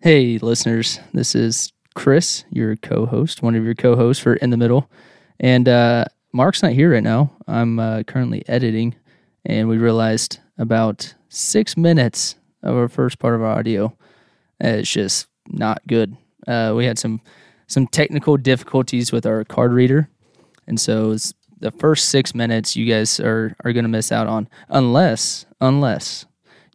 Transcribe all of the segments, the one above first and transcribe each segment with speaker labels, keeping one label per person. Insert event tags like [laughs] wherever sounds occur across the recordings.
Speaker 1: Hey, listeners, this is Chris, your co host, one of your co hosts for In the Middle. And uh, Mark's not here right now. I'm uh, currently editing, and we realized about six minutes of our first part of our audio. uh, It's just not good. Uh, we had some some technical difficulties with our card reader, and so it's the first six minutes you guys are are gonna miss out on unless unless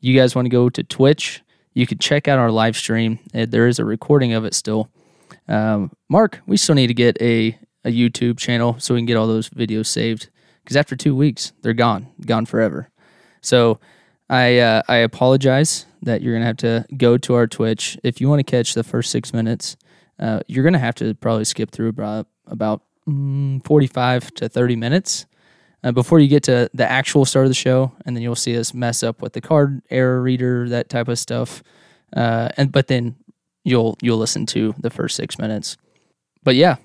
Speaker 1: you guys want to go to Twitch, you can check out our live stream. Uh, There is a recording of it still. Um, Mark, we still need to get a, a YouTube channel so we can get all those videos saved because after two weeks, they're gone, gone forever. So I, uh, I apologize that you're going to have to go to our Twitch. If you want to catch the first six minutes, uh, you're going to have to probably skip through about, about mm, 45 to 30 minutes uh, before you get to the actual start of the show, and then you'll see us mess up with the card error reader, that type of stuff. Uh, and but then you'll you'll listen to the first six minutes. But yeah,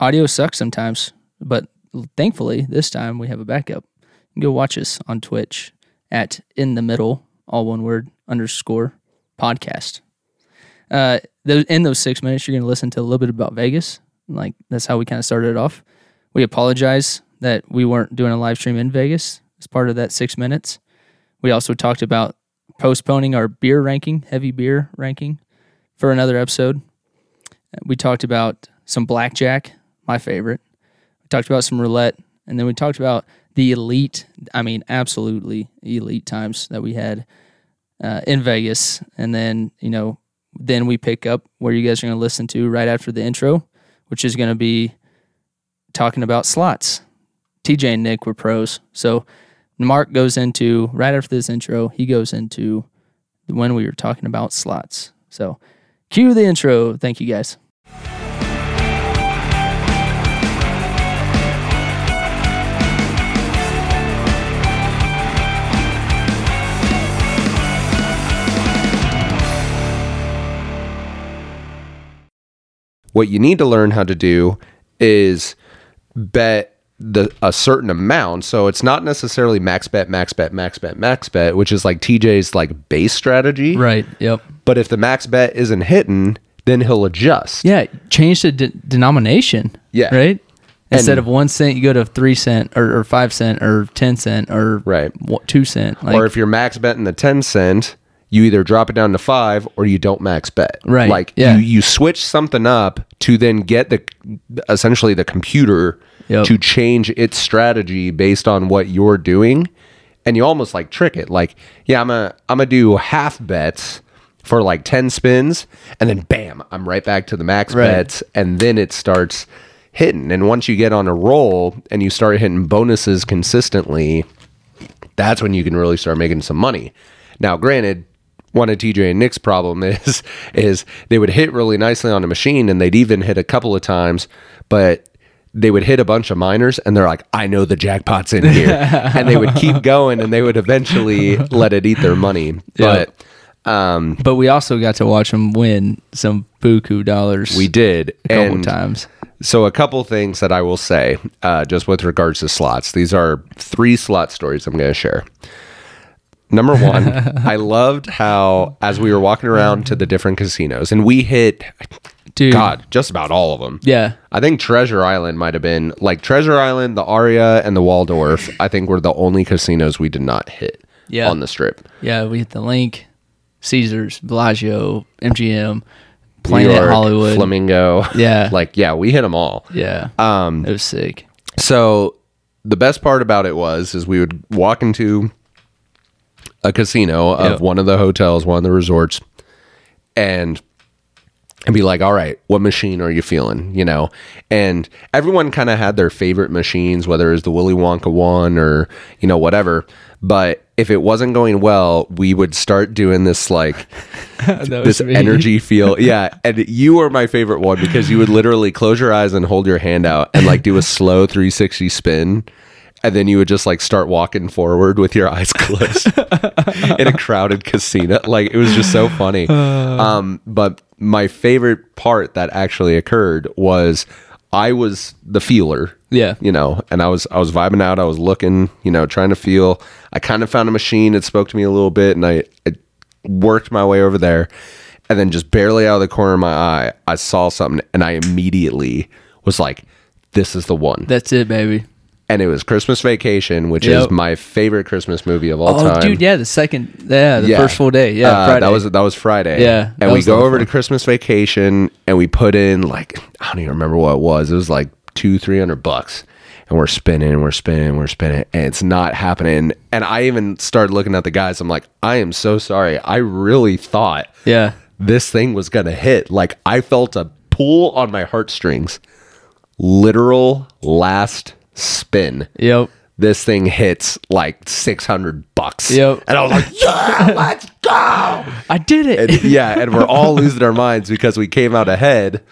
Speaker 1: audio sucks sometimes. But thankfully, this time we have a backup. You can go watch us on Twitch at in the middle, all one word underscore podcast. Uh, those, in those six minutes, you're going to listen to a little bit about Vegas. Like that's how we kind of started it off. We apologize that we weren't doing a live stream in Vegas as part of that six minutes. We also talked about postponing our beer ranking, heavy beer ranking, for another episode. We talked about some blackjack, my favorite. We talked about some roulette, and then we talked about the elite, I mean, absolutely elite times that we had uh, in Vegas. And then, you know, then we pick up where you guys are going to listen to right after the intro, which is going to be talking about slots. TJ and Nick were pros. So Mark goes into right after this intro, he goes into when we were talking about slots. So cue the intro. Thank you guys.
Speaker 2: What you need to learn how to do is bet the a certain amount. So it's not necessarily max bet, max bet, max bet, max bet, which is like TJ's like base strategy.
Speaker 1: Right. Yep.
Speaker 2: But if the max bet isn't hitting, then he'll adjust.
Speaker 1: Yeah. Change the de- denomination.
Speaker 2: Yeah.
Speaker 1: Right. Instead of one cent, you go to three cent or, or five cent or ten cent or
Speaker 2: Right.
Speaker 1: wa- two cent. Like,
Speaker 2: or if you're max betting the 10 cent, you either drop it down to five or you don't max bet.
Speaker 1: Right,
Speaker 2: Like
Speaker 1: yeah.
Speaker 2: you, you switch something up to then get the essentially the computer
Speaker 1: Yep.
Speaker 2: to change its strategy based on what you're doing. And you almost like trick it. Like, yeah, I'm a I'm gonna do half bets for like 10 spins and then bam, I'm right back to the max
Speaker 1: Right.
Speaker 2: bets and then it starts hitting. And once you get on a roll and you start hitting bonuses consistently, that's when you can really start making some money. Now, granted, one of TJ and Nick's problem [laughs] is is they would hit really nicely on a machine and they'd even hit a couple of times, but they would hit a bunch of minors and they're like, I know the jackpot's in here.
Speaker 1: [laughs]
Speaker 2: and they would keep going and they would eventually let it eat their money. But
Speaker 1: but we also got to watch him win some buku dollars.
Speaker 2: we did.
Speaker 1: a couple
Speaker 2: and
Speaker 1: times.
Speaker 2: So, a couple things that I will say, uh, just with regards to slots. These are three slot stories I'm going to share. Number one,
Speaker 1: [laughs]
Speaker 2: I loved how as we were walking around to the different casinos, and we hit
Speaker 1: Dude.
Speaker 2: God just about all of them.
Speaker 1: Yeah.
Speaker 2: I think Treasure Island might have been like Treasure Island, the Aria, and the Waldorf. I think were the only casinos we did not hit
Speaker 1: Yeah.
Speaker 2: on the strip.
Speaker 1: Yeah, we hit the link, Caesars, Bellagio, MGM, Planet
Speaker 2: New York,
Speaker 1: Hollywood.
Speaker 2: Flamingo.
Speaker 1: Yeah.
Speaker 2: [laughs] like yeah, we hit them all.
Speaker 1: yeah. Um it was sick.
Speaker 2: So the best part about it was is we would walk into a casino of
Speaker 1: Yep.
Speaker 2: one of the hotels, one of the resorts, and and be like, "All right, what machine are you feeling?" You know, and everyone kind of had their favorite machines, whether it was the Willy Wonka one or you know whatever. But if it wasn't going well, we would start doing this like this energy feel. Yeah, and you were my favorite one because you would literally close your eyes and hold your hand out and like do a slow 360 spin. And then you would just like start walking forward with your eyes [laughs] closed in a crowded casino. Like it was just so funny. Um, but my favorite part that actually occurred was I was the feeler
Speaker 1: Yeah.
Speaker 2: you know and i was i was vibing out i was looking you know trying to feel i kind of found a machine that spoke to me a little bit and i, I worked my way over there And then just barely out of the corner of my eye, I saw something and I immediately was like, this is the one.
Speaker 1: That's it, baby.
Speaker 2: And it was Christmas Vacation, which
Speaker 1: Yep.
Speaker 2: is my favorite Christmas movie of all
Speaker 1: Oh,
Speaker 2: time.
Speaker 1: dude, yeah, the second, yeah, the
Speaker 2: Yeah.
Speaker 1: first full day, yeah,
Speaker 2: Uh,
Speaker 1: Friday.
Speaker 2: That was that was Friday.
Speaker 1: Yeah, that
Speaker 2: and we
Speaker 1: was the
Speaker 2: go
Speaker 1: other
Speaker 2: over to Christmas vacation and we put in like I don't even remember what it was. It was like two three hundred bucks, and we're spinning, we're spinning, we're spinning, and it's not happening. And I even started looking at the guys. I'm like, I am so sorry. I really thought
Speaker 1: yeah,
Speaker 2: this thing was gonna hit. Like I felt a pull on my heartstrings. Literal last spin
Speaker 1: yep.
Speaker 2: this thing hits like 600 bucks.
Speaker 1: Yep.
Speaker 2: And I was [laughs] like, yeah, let's go.
Speaker 1: I did it.
Speaker 2: And, yeah. And we're [laughs] all losing our minds because we came out ahead.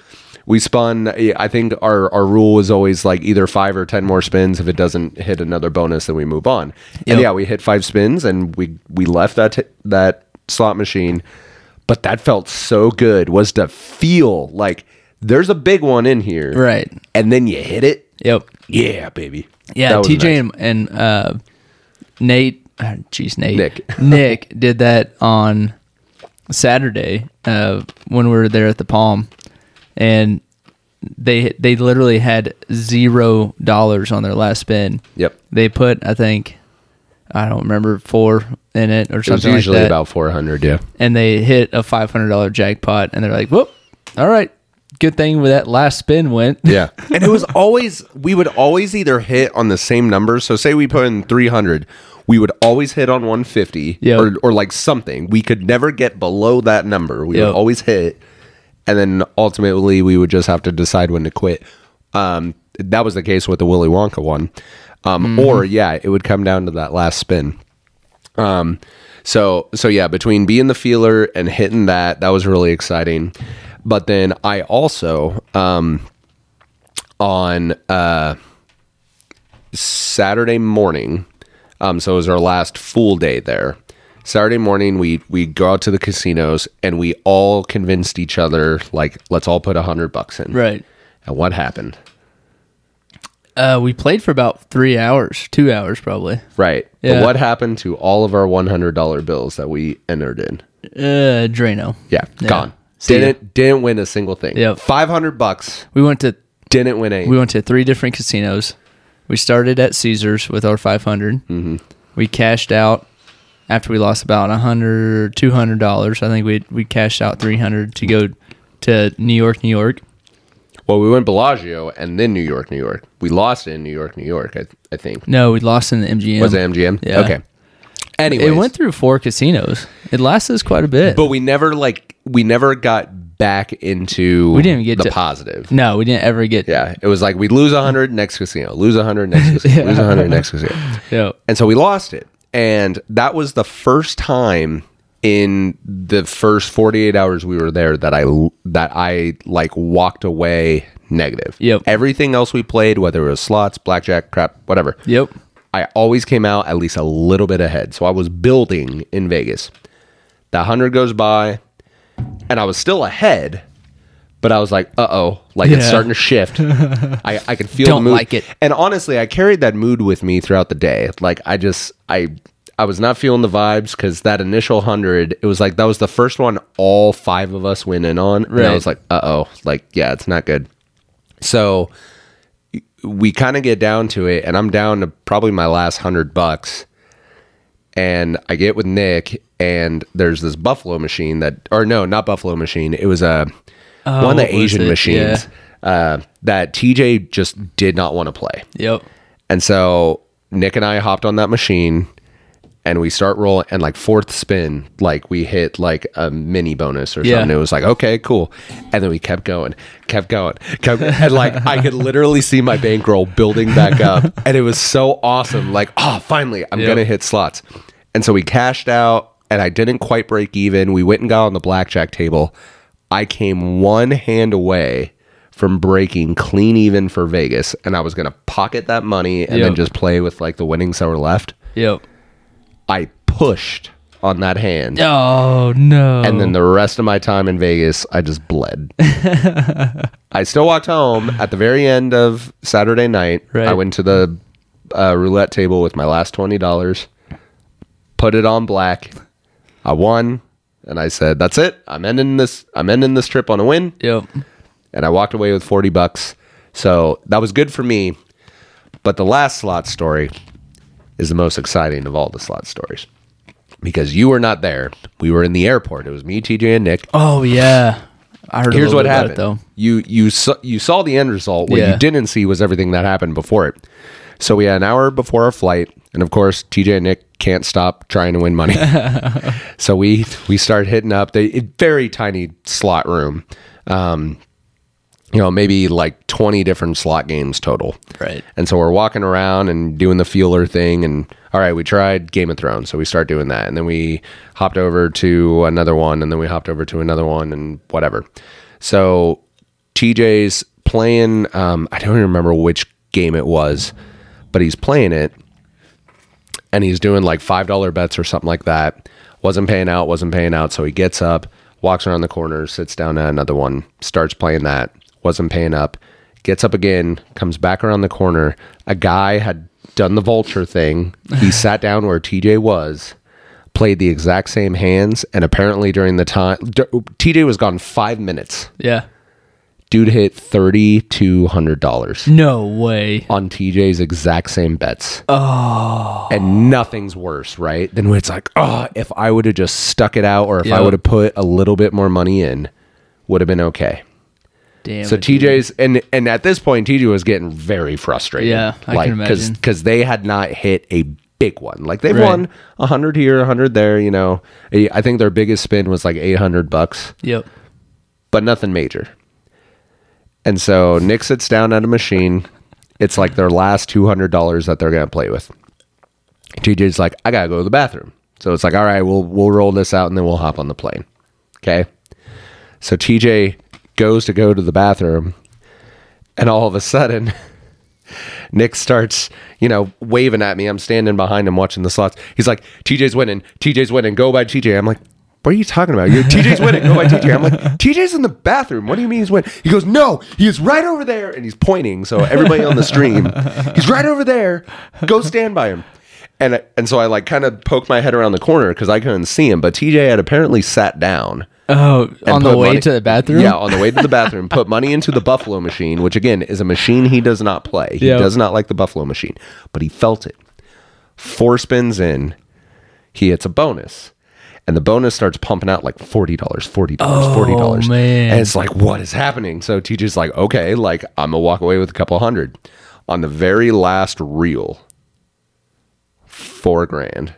Speaker 2: We spun, I think our, our rule was always like either five or 10 more spins. If it doesn't hit another bonus, then we move on.
Speaker 1: Yep.
Speaker 2: And yeah, we hit five spins and we, we left that, t- that slot machine. But that felt so good was to feel like there's a big one in here.
Speaker 1: [laughs] Right.
Speaker 2: And then you hit it.
Speaker 1: yep.
Speaker 2: Yeah, baby.
Speaker 1: Yeah,
Speaker 2: That was
Speaker 1: TJ
Speaker 2: nice.
Speaker 1: and, and uh, Nate, uh, jeez, Nate, [laughs]
Speaker 2: Nick.
Speaker 1: Nick did that on Saturday uh, when we were there at the Palm, and they they literally had zero dollars on their last spin.
Speaker 2: Yep.
Speaker 1: They put I think I don't remember four in it or
Speaker 2: It was
Speaker 1: something
Speaker 2: usually
Speaker 1: like that,
Speaker 2: about 400. Yeah.
Speaker 1: and they hit a five hundred dollar jackpot, and they're like, "Whoop! All right, good thing where that last spin went."
Speaker 2: Yeah. and it was always, we would always either hit on the same number. So, say we put in 300, we would always hit on 150
Speaker 1: Yep.
Speaker 2: or, or like something. We could never get below that number. We
Speaker 1: Yep.
Speaker 2: would always hit. And then ultimately, we would just have to decide when to quit. Um, that was the case with the Willy Wonka one. Um, Or, yeah, it would come down to that last spin. Um, so so yeah, between being the feeler and hitting that, that was really exciting. But then I also um, on uh, Saturday morning, um, so it was our last full day there. Saturday morning, we we go out to the casinos and we all convinced each other like let's all put a hundred bucks in.
Speaker 1: [laughs] Right.
Speaker 2: And what happened?
Speaker 1: Uh, we played for about three hours, two hours probably.
Speaker 2: Right.
Speaker 1: Yeah.
Speaker 2: But what happened to all of our one hundred dollar bills that we entered in?
Speaker 1: Uh, Drano.
Speaker 2: Yeah, gone.
Speaker 1: See ya.
Speaker 2: didn't didn't win a single thing.
Speaker 1: Yep.
Speaker 2: five hundred bucks.
Speaker 1: We went to
Speaker 2: Didn't win a.
Speaker 1: we went to three different casinos. We started at Caesars with our 500. Mm-hmm. We cashed out after we lost about 100 200 dollars. I think we we cashed out 300 to go to New York, New York.
Speaker 2: well, we went Bellagio and then New York, New York. We lost in New York, New York. I, I think
Speaker 1: No, we lost in the MGM.
Speaker 2: was it MGM.
Speaker 1: Yeah.
Speaker 2: Okay. Anyways,
Speaker 1: It went through four casinos. It lasted us quite a bit.
Speaker 2: but we never like we never got back into we
Speaker 1: didn't get
Speaker 2: the
Speaker 1: to-
Speaker 2: positive.
Speaker 1: no, we didn't ever get.
Speaker 2: Yeah, it was like we'd lose hundred next casino, lose hundred next casino,
Speaker 1: [laughs]
Speaker 2: lose hundred next casino.
Speaker 1: Yeah.
Speaker 2: And so we lost it. And that was the first time in the first 48 hours we were there that I that I like walked away negative.
Speaker 1: Yep.
Speaker 2: Everything else we played, whether it was slots, blackjack, crap, whatever.
Speaker 1: Yep.
Speaker 2: I always came out at least a little bit ahead. So I was building in Vegas. The 100 goes by and I was still ahead, but I was like, uh oh, like it's
Speaker 1: Yeah.
Speaker 2: starting
Speaker 1: [laughs]
Speaker 2: to shift. I, I can feel
Speaker 1: Don't
Speaker 2: the mood.
Speaker 1: like it.
Speaker 2: And honestly, I carried that mood with me throughout the day. Like I just, I. I was not feeling the vibes because that initial hundred, it was like that was the first one all five of us went in on. And
Speaker 1: Right.
Speaker 2: I was like, uh oh, like, yeah, it's not good. So we kind of get down to it and i'm down to probably my last hundred bucks and i get with nick and there's this buffalo machine that or no not buffalo machine it was a one of
Speaker 1: Oh, what
Speaker 2: the
Speaker 1: was
Speaker 2: asian
Speaker 1: it?
Speaker 2: machines uh, that tj just did not want to play
Speaker 1: Yep.
Speaker 2: and so Nick and I hopped on that machine and we start rolling and like fourth spin, like we hit like a mini bonus or
Speaker 1: Yeah.
Speaker 2: something. It was like, okay, cool. And then we kept going, kept going, kept and like I could literally see my bankroll building back up. And it was so awesome. Like, oh finally I'm
Speaker 1: Yep.
Speaker 2: gonna hit slots. And so we cashed out and I didn't quite break even. We went and got on the blackjack table. I came one hand away from breaking clean even for Vegas, and I was gonna pocket that money and
Speaker 1: Yep.
Speaker 2: then just play with like the winnings that were left.
Speaker 1: Yep.
Speaker 2: I pushed on that hand,
Speaker 1: Oh no.
Speaker 2: and then the rest of my time in Vegas, I just
Speaker 1: [laughs]
Speaker 2: bled. I still walked home at the very end of Saturday night.
Speaker 1: Right.
Speaker 2: I went to the uh, roulette table with my last twenty dollars, put it on black. I won. And I said, "That's it. I'm ending this. I'm ending this trip on a win."
Speaker 1: Yep.
Speaker 2: and I walked away with 40 bucks. So that was good for me. But the last slot story is the most exciting of all the slot stories because you were not there. We were in the airport. It was me, TJ, and Nick.
Speaker 1: Oh yeah. I heard. a
Speaker 2: Here's
Speaker 1: little
Speaker 2: what
Speaker 1: bit about
Speaker 2: happened.
Speaker 1: it, though.
Speaker 2: You you saw, you saw the end result. What
Speaker 1: Yeah.
Speaker 2: you didn't see was everything that happened before it. So we had an hour before our flight, and of course, TJ and Nick can't stop trying to
Speaker 1: [laughs]
Speaker 2: win money. so we we start hitting up the very tiny slot room. Um, you know, maybe like 20 different slot games total.
Speaker 1: Right.
Speaker 2: And so we're walking around and doing the feeler thing. And all right, we tried Game of Thrones. So we start doing that. And then we hopped over to another one. And then we hopped over to another one and whatever. So TJ's playing, um, I don't even remember which game it was, but he's playing it and he's doing like five dollar bets or something like that. Wasn't paying out, wasn't paying out. So he gets up, walks around the corner, sits down at another one, starts playing that. Wasn't paying up, gets up again, comes back around the corner. A guy had done the vulture thing. He sat down where TJ was, played the exact same hands, and apparently during the time TJ was gone five minutes.
Speaker 1: Yeah.
Speaker 2: Dude hit thirty two hundred dollars
Speaker 1: No way.
Speaker 2: on TJ's exact same bets. Oh. And nothing's worse, right? Than when it's like, oh, if I would have just stuck it out or if I
Speaker 1: Yeah.
Speaker 2: would have put a little bit more money in, would have been okay.
Speaker 1: Damn.
Speaker 2: So
Speaker 1: it.
Speaker 2: TJ's and and at this point TJ was getting very frustrated.
Speaker 1: Yeah, I can imagine.
Speaker 2: because they had not hit a big one. Like they've
Speaker 1: Right.
Speaker 2: won a hundred here, a hundred there. You know, I I think their biggest spin was like eight hundred bucks
Speaker 1: Yep.
Speaker 2: but nothing major. And so Nick sits down at a machine. It's like their last two hundred dollars that they're gonna play with. TJ's like, I gotta go to the bathroom. So it's like, all right, we'll we'll roll this out and then we'll hop on the plane. Okay. So TJ goes to go to the bathroom, and all of a sudden, [laughs] Nick starts, you know, waving at me. I'm standing behind him watching the slots. He's like, TJ's winning, TJ's winning, go by TJ. I'm like, what are you talking about? You're, TJ's winning, go by TJ. I'm like, TJ's in the bathroom. What do you mean he's winning? He goes, no, he is right over there. And he's pointing. So everybody on the stream, he's right over there. Go stand by him. And, I- and so I like kind of poked my head around the corner because I couldn't see him. But TJ had apparently sat down.
Speaker 1: Oh, on the
Speaker 2: put
Speaker 1: way
Speaker 2: money-
Speaker 1: to the bathroom.
Speaker 2: Yeah, on the way to the bathroom, put money into the Buffalo machine, which again is a machine he does not play. He
Speaker 1: Yeah.
Speaker 2: does not like the Buffalo machine, but he felt it. Four spins in, he hits a bonus. And the bonus starts pumping out like $40, $40, $40.
Speaker 1: Oh, man.
Speaker 2: And it's like, what is happening? So TJ's like, okay, like I'm going to walk away with a couple hundred. On the very last reel, four grand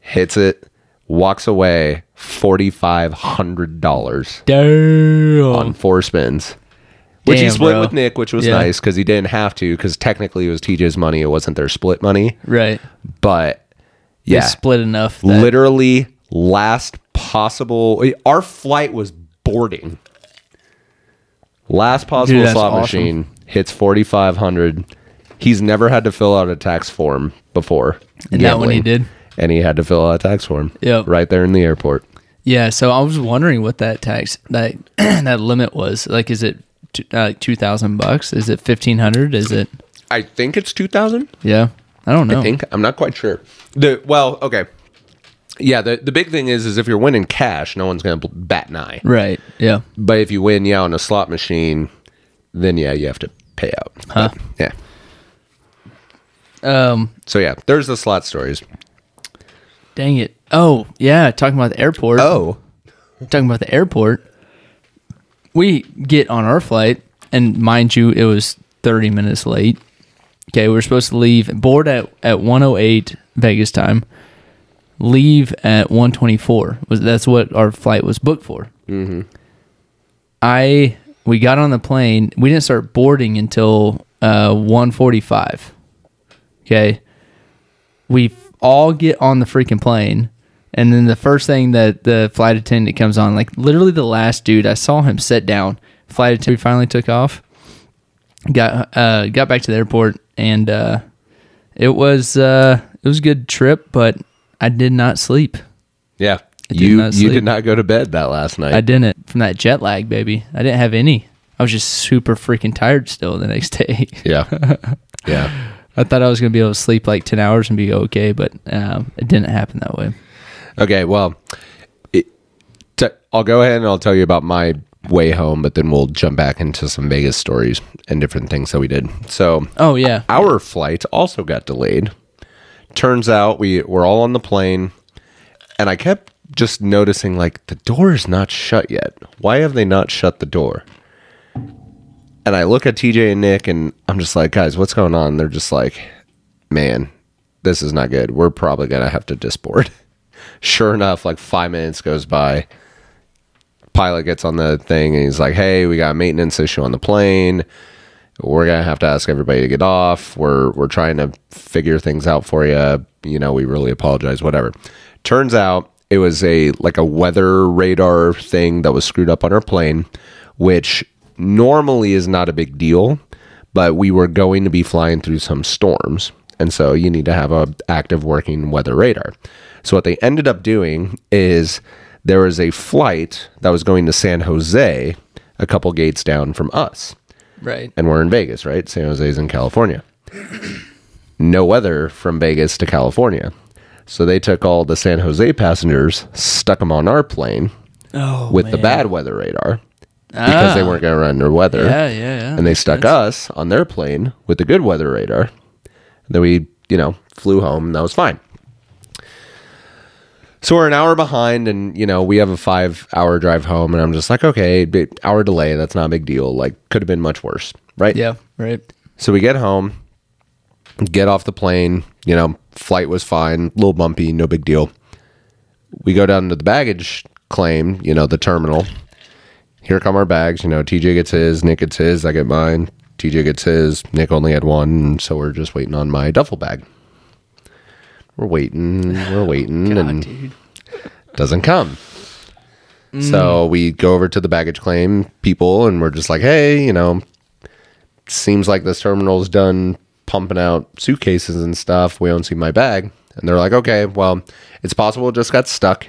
Speaker 2: hits it, walks away forty five hundred dollars
Speaker 1: Damn.
Speaker 2: on four spins. Which he
Speaker 1: Damn,
Speaker 2: split
Speaker 1: bro.
Speaker 2: with Nick, which was
Speaker 1: Yeah.
Speaker 2: nice because he didn't have to because technically it was TJ's money, it wasn't their split money.
Speaker 1: Right.
Speaker 2: But
Speaker 1: They
Speaker 2: yeah,
Speaker 1: Split enough. That,
Speaker 2: literally last possible. Our flight was boarding. Last possible
Speaker 1: Dude, that's
Speaker 2: slot
Speaker 1: awesome.
Speaker 2: machine hits forty five hundred. He's never had to fill out a tax form before.
Speaker 1: And that one he
Speaker 2: gambling.
Speaker 1: did?
Speaker 2: and he had to fill out a tax form.
Speaker 1: Yep.
Speaker 2: right there in the airport.
Speaker 1: yeah. So I was wondering what that tax that [clears throat] that limit was. Like, is it t- uh, like two thousand bucks? Is it fifteen hundred? Is it?
Speaker 2: I think it's two thousand.
Speaker 1: Yeah. I don't know.
Speaker 2: I think I'm not quite sure. The well, okay, yeah. The the big thing is, is if you're winning cash, no one's gonna bl- bat an eye.
Speaker 1: Right. Yeah.
Speaker 2: But if you win, yeah, on a slot machine, then yeah, you have to pay out.
Speaker 1: Huh.
Speaker 2: Yeah.
Speaker 1: Um.
Speaker 2: So yeah, there's the slot stories.
Speaker 1: Dang it. Oh yeah. Talking about the airport.
Speaker 2: Oh,
Speaker 1: talking about the airport, we get on our flight, and mind you, it was 30 minutes late. Okay, we were supposed to leave board at at 108 Vegas time, leave at 124. Was that's what our flight was booked for? Mm-hmm. I we got on the plane. We didn't start boarding until uh, 145. Okay, we f- all get on the freaking plane and then the first thing that the flight attendant comes on like literally the last dude i saw him sit down flight attendant we finally took off got uh got back to the airport and uh it was uh it was a good trip but i did not sleep
Speaker 2: yeah.
Speaker 1: I did
Speaker 2: you
Speaker 1: not
Speaker 2: you
Speaker 1: sleep.
Speaker 2: did not go to bed that last night.
Speaker 1: i didn't from that jet lag baby i didn't have any i was just super freaking tired still the next [laughs] day
Speaker 2: [laughs] yeah. yeah.
Speaker 1: i thought i was gonna be able to sleep like 10 hours and be okay but um, it didn't happen that way
Speaker 2: Okay. Well, it, t- I'll go ahead and I'll tell you about my way home, but then we'll jump back into some Vegas stories and different things that we did. So
Speaker 1: Oh yeah.
Speaker 2: our flight also got delayed. Turns out we were all on the plane, and I kept just noticing like the door is not shut yet. Why have they not shut the door? And I look at TJ and Nick, and I'm just like, guys, what's going on? They're just like, man, this is not good. We're probably gonna have to disboard. [laughs] sure enough, like five minutes goes by pilot gets on the thing and he's like, "Hey, we got a maintenance issue on the plane. We're gonna have to ask everybody to get off. We're we're trying to figure things out for you. You know, we really apologize. Whatever." Turns out it was a like a weather radar thing that was screwed up on our plane, which normally is not a big deal, but we were going to be flying through some storms. And so you need to have a active working weather radar. So what they ended up doing is there was a flight that was going to San Jose, a couple gates down from us.
Speaker 1: Right.
Speaker 2: And we're in Vegas, right? San Jose's in California. [clears throat] No weather from Vegas to California. So they took all the San Jose passengers, stuck them on our plane
Speaker 1: Oh. Ah.
Speaker 2: with the bad weather radar because they weren't going to run their weather.
Speaker 1: Yeah, yeah, yeah.
Speaker 2: And they stuck us on their plane with the good weather radar. And then we, you know, flew home and that was fine. So we're an hour behind and, you know, we have a five hour drive home. And I'm just like, okay, bi- hour delay. That's not a big deal. Like, could have been much worse. Right.
Speaker 1: yeah. Right.
Speaker 2: So we get home, get off the plane. You know, flight was fine, a little bumpy, no big deal. We go down to the baggage claim, you know, the terminal. Here come our bags. You know, TJ gets his, Nick gets his, I get mine. TJ gets his, Nick only had one. And so we're just waiting on my duffel bag. We're waiting, we're waiting, and
Speaker 1: dude.
Speaker 2: doesn't come. So we go over to the baggage claim people and we're just like, hey, you know, seems like this terminal's done pumping out suitcases and stuff. We don't see my bag. And they're like, okay, well, it's possible it just got stuck.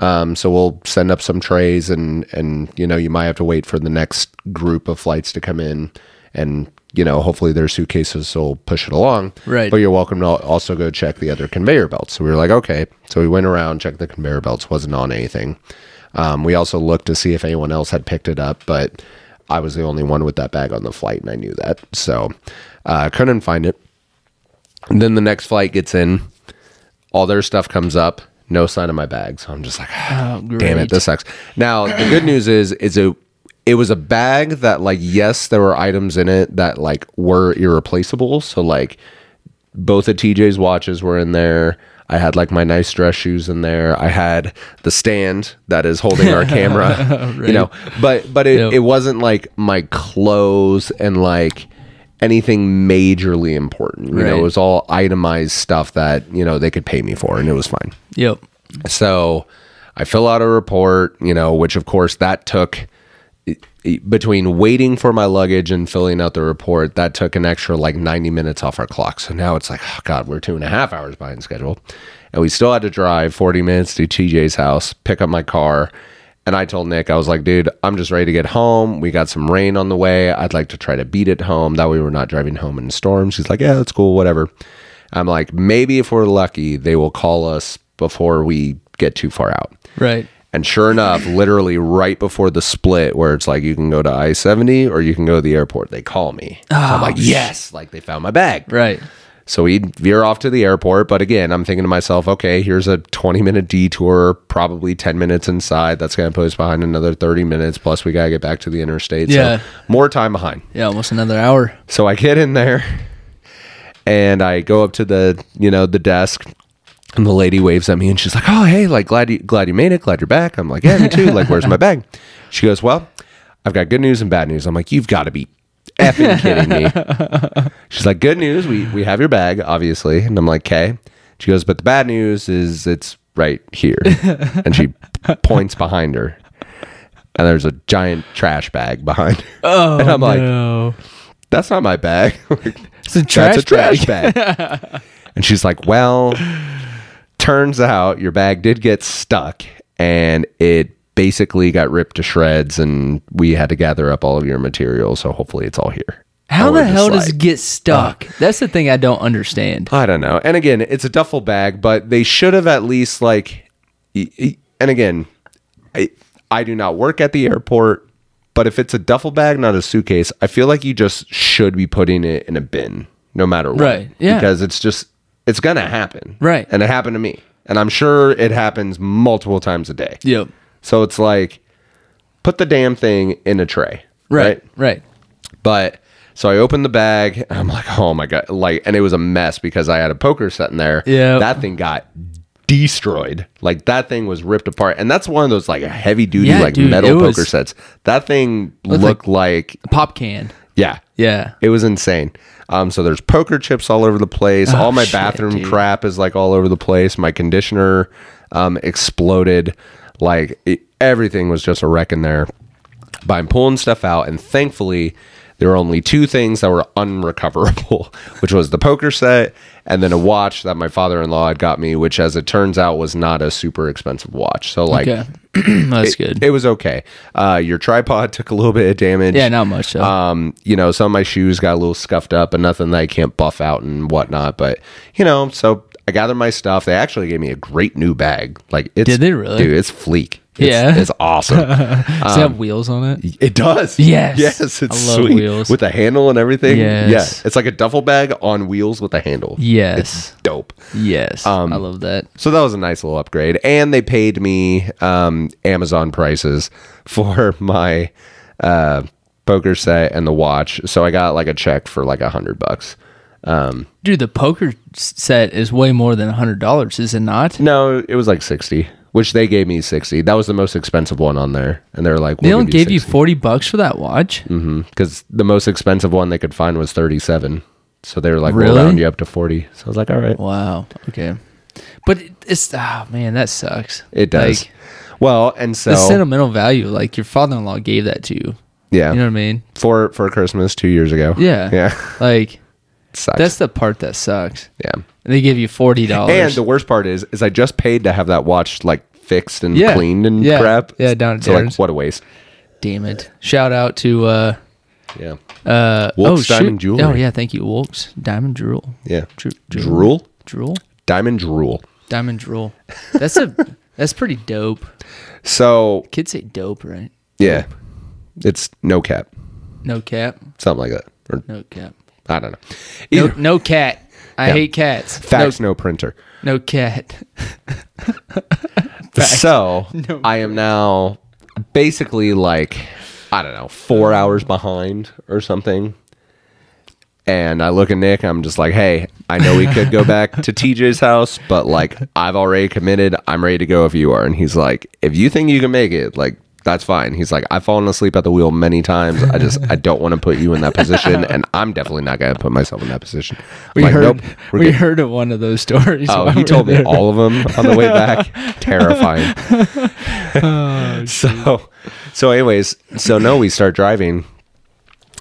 Speaker 2: Um, so we'll send up some trays and, and, you know, you might have to wait for the next group of flights to come in and, you know, hopefully their suitcases will push it along.
Speaker 1: Right.
Speaker 2: But you're welcome to al- also go check the other conveyor belts. So we were like, okay. So we went around, checked the conveyor belts, wasn't on anything. Um, we also looked to see if anyone else had picked it up, but I was the only one with that bag on the flight, and I knew that. So uh, couldn't find it. And then the next flight gets in, all their stuff comes up, no sign of my bag. So I'm just like, [sighs]
Speaker 1: Oh, great.
Speaker 2: Damn it, this sucks. Now the good news is, is a it was a bag that like yes, there were items in it that like were irreplaceable. So like both of TJ's watches were in there. I had like my nice dress shoes in there. I had the stand that is holding
Speaker 1: [laughs]
Speaker 2: our camera, you know. But but it,
Speaker 1: Yep.
Speaker 2: it wasn't like my clothes and like anything majorly important. You know,
Speaker 1: Right.
Speaker 2: it was all itemized stuff that you know they could pay me for, and it was fine.
Speaker 1: Yep.
Speaker 2: So I fill out a report, you know, which of course that took between waiting for my luggage and filling out the report, that took an extra like 90 minutes off our clock. So now it's like, oh God, we're two and a half hours behind schedule. And we still had to drive 40 minutes to TJ's house, pick up my car. And I told Nick, I was like, dude, I'm just ready to get home. We got some rain on the way. I'd like to try to beat it home. That way we're not driving home in storms. He's like, yeah, that's cool, whatever. I'm like, maybe if we're lucky, they will call us before we get too far out.
Speaker 1: Right.
Speaker 2: And sure enough, literally right before the split, where it's like you can go to I 70 or you can go to the airport, they call me. So I'm like, yes, like they found my bag.
Speaker 1: Right.
Speaker 2: So we veer off to the airport. But again, I'm thinking to myself, okay, here's a 20 minute detour, probably 10 minutes inside. That's going to put us behind another 30 minutes. Plus, we got to get back to the interstate.
Speaker 1: Yeah.
Speaker 2: So more time behind.
Speaker 1: Yeah, almost another hour.
Speaker 2: So I get in there and I go up to the, you know, the desk and the lady waves at me and she's like, "Oh, hey, like glad you glad you made it, glad you're back." I'm like, "Yeah, me too. Like, where's my bag?" She goes, "Well, I've got good news and bad news." I'm like, "You've got to be effing kidding me." She's like, "Good news, we we have your bag, obviously." And I'm like, "Okay." She goes, "But the bad news is it's right here." and she points behind her. And there's a giant trash bag behind her.
Speaker 1: Oh,
Speaker 2: [laughs] And I'm like-
Speaker 1: no.
Speaker 2: That's not my bag. [laughs]
Speaker 1: it's a trash,
Speaker 2: That's a trash bag. [laughs] and she's like, Well, turns out your bag did get stuck and it basically got ripped to shreds and we had to gather up all of your material. So hopefully it's all here.
Speaker 1: How
Speaker 2: And we're
Speaker 1: the hell
Speaker 2: just
Speaker 1: does
Speaker 2: like,
Speaker 1: it get stuck? That's the thing I don't understand.
Speaker 2: I don't know. And again, it's a duffel bag, but they should have at least like, e- e- and again, I, I do not work at the airport, but if it's a duffel bag, not a suitcase, I feel like you just should be putting it in a bin no matter what.
Speaker 1: Right, yeah.
Speaker 2: Because it's just, it's going to happen.
Speaker 1: Right.
Speaker 2: And it happened to me. And I'm sure it happens multiple times a day.
Speaker 1: Yep.
Speaker 2: So it's like, put the damn thing in a tray.
Speaker 1: Right. Right.
Speaker 2: But so I opened the bag. And I'm like, oh my god, like, and it was a mess because I had a poker set in there.
Speaker 1: Yep.
Speaker 2: that thing got destroyed. Like that thing was ripped apart, and that's one of those like heavy duty
Speaker 1: Yeah,
Speaker 2: like
Speaker 1: dude,
Speaker 2: metal
Speaker 1: it
Speaker 2: poker
Speaker 1: was-
Speaker 2: sets. That thing looked, like,
Speaker 1: Pop can.
Speaker 2: yeah,
Speaker 1: Yeah.
Speaker 2: it was insane. Um, so there's poker chips all over the place. all my
Speaker 1: Oh, shit,
Speaker 2: bathroom
Speaker 1: dude.
Speaker 2: crap is like all over the place. My conditioner um, exploded. Like it, everything was just a wreck in there. But I'm pulling stuff out, and thankfully, there were only two things that were unrecoverable, [laughs] which was the poker set and then a watch that my father-in-law had got me, which, as it turns out, was not a super expensive watch. So like,
Speaker 1: [clears throat] Okay. That's good.
Speaker 2: it was okay. Uh, your tripod [laughs] took a little bit of damage.
Speaker 1: yeah, not much. Though.
Speaker 2: Um, you know, some of my shoes got a little scuffed up and nothing that I can't buff out and whatnot. But, you know, so I gathered my stuff. They actually gave me a great new bag. Like it's
Speaker 1: Did they really?
Speaker 2: Dude, it's fleek. It's,
Speaker 1: Yeah.
Speaker 2: It's awesome.
Speaker 1: [laughs] Does it
Speaker 2: um,
Speaker 1: have wheels on it?
Speaker 2: it does.
Speaker 1: Yes.
Speaker 2: Yes, it's
Speaker 1: I love
Speaker 2: sweet.
Speaker 1: wheels.
Speaker 2: With a handle and everything.
Speaker 1: Yes.
Speaker 2: Yeah. It's like a duffel bag on wheels with a handle.
Speaker 1: Yes.
Speaker 2: Dope.
Speaker 1: Yes.
Speaker 2: um,
Speaker 1: I love that.
Speaker 2: So that was a nice little upgrade. And they paid me um, Amazon prices [laughs] for my uh, poker set and the watch. So I got like a check for like a hundred bucks.
Speaker 1: Dude, the poker s- set is way more than $100, is it not?
Speaker 2: No, it was like 60, which they gave me 60. That was the most expensive one on there. And they were like,
Speaker 1: They only gave you 40 bucks for that watch?
Speaker 2: Because Mm-hmm. the most expensive one they could find was 37. So they were like,
Speaker 1: Really?
Speaker 2: we'll round you up to 40. So I was like, all right.
Speaker 1: Wow. Okay. But it- it's, oh man, that sucks.
Speaker 2: It does.
Speaker 1: Like,
Speaker 2: well, and so,
Speaker 1: the sentimental value, like your father in law gave that to you.
Speaker 2: yeah,
Speaker 1: You know what I mean?
Speaker 2: for, for Christmas two years ago.
Speaker 1: Yeah.
Speaker 2: Yeah. [laughs]
Speaker 1: Like,
Speaker 2: Sucks.
Speaker 1: that's the part that sucks.
Speaker 2: yeah.
Speaker 1: And they give you $40.
Speaker 2: And the worst part is, is I just paid to have that watch like fixed and
Speaker 1: Yeah.
Speaker 2: cleaned and
Speaker 1: Yeah.
Speaker 2: crap.
Speaker 1: Yeah, down at
Speaker 2: So like,
Speaker 1: Darren's.
Speaker 2: what a waste.
Speaker 1: Damn it. Shout out to, uh,
Speaker 2: Yeah.
Speaker 1: uh, oh,
Speaker 2: Wolk's
Speaker 1: shoot.
Speaker 2: Diamond Jewelry.
Speaker 1: Oh, yeah. Thank you. Wolk's Diamond Drool.
Speaker 2: Yeah.
Speaker 1: Dru- Drool?
Speaker 2: Drool,
Speaker 1: Drool?
Speaker 2: diamond drool.
Speaker 1: Diamond Drool. That's a, [laughs] that's pretty dope.
Speaker 2: So
Speaker 1: Kids say dope, right?
Speaker 2: yeah, it's no cap,
Speaker 1: No cap.
Speaker 2: something like that, or
Speaker 1: No cap.
Speaker 2: I don't know.
Speaker 1: No,
Speaker 2: [laughs] Either,
Speaker 1: no cat. I
Speaker 2: Yeah.
Speaker 1: hate cats.
Speaker 2: facts, no, printer.
Speaker 1: No, no cat. [laughs]
Speaker 2: So I am now basically like I don't know four hours behind or something. And I look at Nick. I'm just like, hey, I know we
Speaker 1: [laughs]
Speaker 2: could go back to TJ's house, but like I've already committed. I'm ready to go if you are. And he's like, if you think you can make it, like that's fine. He's like, I've fallen asleep at the wheel many times. I just I don't want to put you in that position, and I'm definitely not gonna put myself in that position. I'm
Speaker 1: We
Speaker 2: like,
Speaker 1: heard
Speaker 2: "Nope, we're
Speaker 1: we
Speaker 2: good."
Speaker 1: heard of one of those [laughs] stories.
Speaker 2: Oh,
Speaker 1: while
Speaker 2: he
Speaker 1: we
Speaker 2: told
Speaker 1: were
Speaker 2: me
Speaker 1: there.
Speaker 2: all of them on
Speaker 1: [laughs]
Speaker 2: the way back. Terrifying.
Speaker 1: Oh,
Speaker 2: [laughs] so, so anyways, so no, we start driving,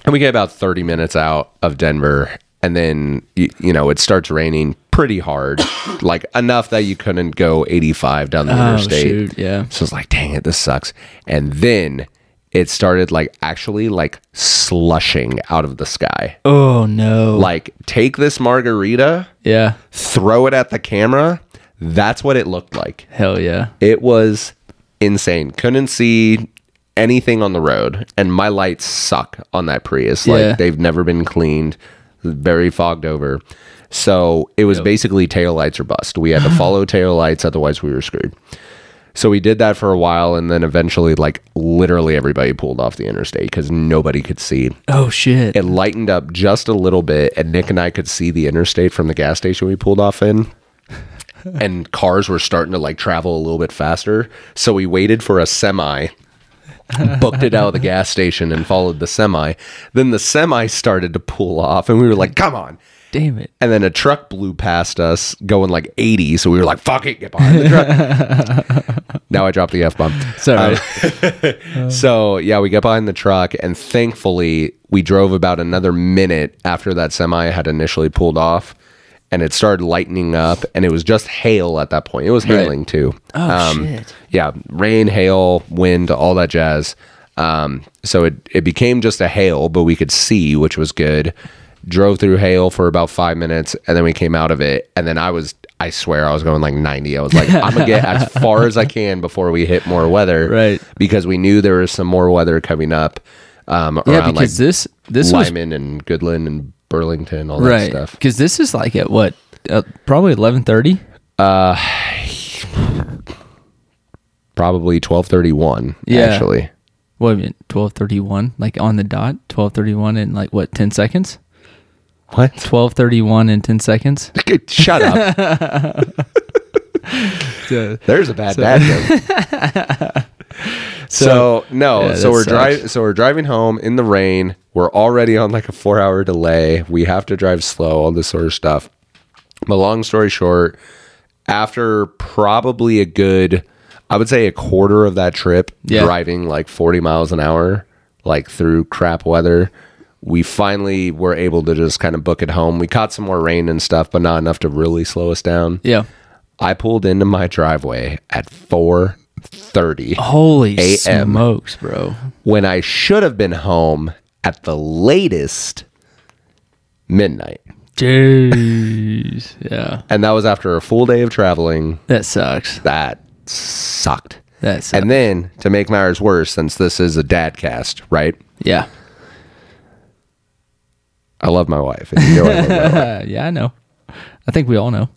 Speaker 2: and we get about thirty minutes out of Denver, and then you, you know it starts raining pretty hard, [coughs] like enough that you couldn't go eighty-five down the
Speaker 1: Oh,
Speaker 2: interstate.
Speaker 1: shoot, yeah.
Speaker 2: So it's like, dang it, this sucks. And then it started like actually like slushing out of the sky.
Speaker 1: Oh no.
Speaker 2: Like, take this margarita
Speaker 1: yeah.
Speaker 2: throw it at the camera. That's what it looked like.
Speaker 1: Hell yeah.
Speaker 2: It was insane. Couldn't see anything on the road, and my lights suck on that Prius.
Speaker 1: Yeah.
Speaker 2: Like they've never been cleaned, very fogged over. So it was basically tail lights or bust. We had to follow tail lights, otherwise we were screwed. So we did that for a while, and then eventually, like literally everybody pulled off the interstate because nobody could see
Speaker 1: Oh shit.
Speaker 2: it lightened up just a little bit and nick and i could see the interstate from the gas station we pulled off in and cars were starting to like travel a little bit faster so we waited for a semi booked it out of the gas station and followed the semi then the semi started to pull off and we were like come on
Speaker 1: Damn it.
Speaker 2: and then a truck blew past us going like 80 so we were like fuck it get behind the truck now i dropped the f-bomb Oh,
Speaker 1: Sorry.
Speaker 2: so yeah, we got behind the truck, and thankfully we drove about another minute after that semi had initially pulled off, and it started lightening up, and it was just hail at that point. It was hailing too.
Speaker 1: Oh,
Speaker 2: um,
Speaker 1: shit.
Speaker 2: Yeah, rain, hail, wind, all that jazz. Um, so it it became just a hail, but we could see, which was good. drove through hail for about five minutes, and then we came out of it. And then I was, I swear, I was going like 90. I was like, I'm gonna
Speaker 1: [laughs]
Speaker 2: get as far as I can before we hit more weather,
Speaker 1: Right.
Speaker 2: Because we knew there was some more weather coming up. Um,
Speaker 1: Yeah,
Speaker 2: around like
Speaker 1: because this this was
Speaker 2: Lyman and Goodland and Burlington, all that
Speaker 1: right
Speaker 2: stuff.
Speaker 1: because this is like at what uh, probably eleven thirty.
Speaker 2: Probably 12:31.
Speaker 1: Yeah.
Speaker 2: actually.
Speaker 1: What twelve thirty one? Like on the dot twelve thirty one in like what ten seconds?
Speaker 2: What? [laughs]
Speaker 1: Twelve thirty one in ten seconds.
Speaker 2: Shut up.
Speaker 1: so
Speaker 2: There's a
Speaker 1: [laughs]
Speaker 2: bad bad joke. So, no,
Speaker 1: Yeah,
Speaker 2: so
Speaker 1: that
Speaker 2: we're
Speaker 1: sucks.
Speaker 2: driving so we're driving home in the rain. We're already on like a 4-hour delay. We have to drive slow, all this sort of stuff. But long story short, after probably a good I would say a quarter of that trip
Speaker 1: Yeah.
Speaker 2: driving like 40 miles an hour like through crap weather, we finally were able to just kind of book it home. We caught some more rain and stuff, but not enough to really slow us down.
Speaker 1: yeah.
Speaker 2: I pulled into my driveway at 4:30
Speaker 1: Holy
Speaker 2: AM.
Speaker 1: smokes, bro!
Speaker 2: when I should have been home at the latest midnight.
Speaker 1: Jeez, yeah,
Speaker 2: And that was after a full day of traveling.
Speaker 1: that sucks.
Speaker 2: That sucked.
Speaker 1: That sucks.
Speaker 2: And then to make matters worse since this is a dad cast, right?
Speaker 1: yeah,
Speaker 2: I love my wife. And you know I love my wife.
Speaker 1: uh, [laughs] yeah, I know. I think we all know.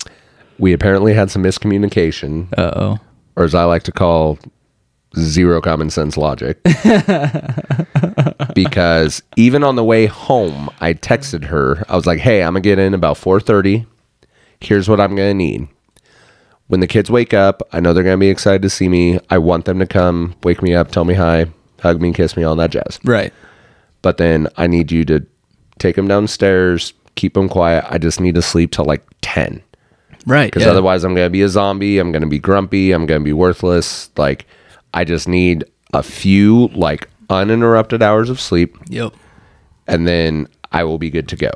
Speaker 2: We apparently had some miscommunication
Speaker 1: Uh oh.
Speaker 2: or as I like to call zero common sense logic. because even on the way home, I texted her. I was like, "Hey, I'm going to get in about 4:30. Here's what I'm going to need. When the kids wake up, I know they're going to be excited to see me. I want them to come, wake me up, tell me hi, hug me, kiss me, all that jazz.
Speaker 1: Right.
Speaker 2: But then I need you to take them downstairs, keep them quiet. I just need to sleep till like 10."
Speaker 1: Right.
Speaker 2: because otherwise I'm going to be a zombie. I'm going to be grumpy. I'm going to be worthless. Like, I just need a few, like, uninterrupted hours of sleep,
Speaker 1: Yep.
Speaker 2: and then I will be good to go.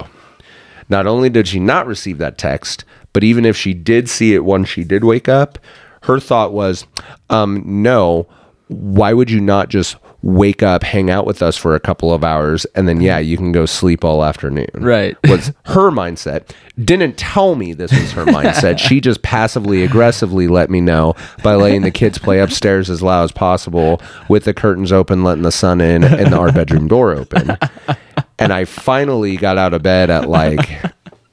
Speaker 2: Not only did she not receive that text, but even if she did see it once she did wake up, her thought was, um, no, why would you not just wake up, hang out with us for a couple of hours, and then, yeah, you can go sleep all afternoon?
Speaker 1: Right.
Speaker 2: [laughs] was her mindset. Didn't tell me this was her mindset. She just passively aggressively let me know by letting the kids play upstairs as loud as possible with the curtains open, letting the sun in, and our bedroom door open. And I finally got out of bed at like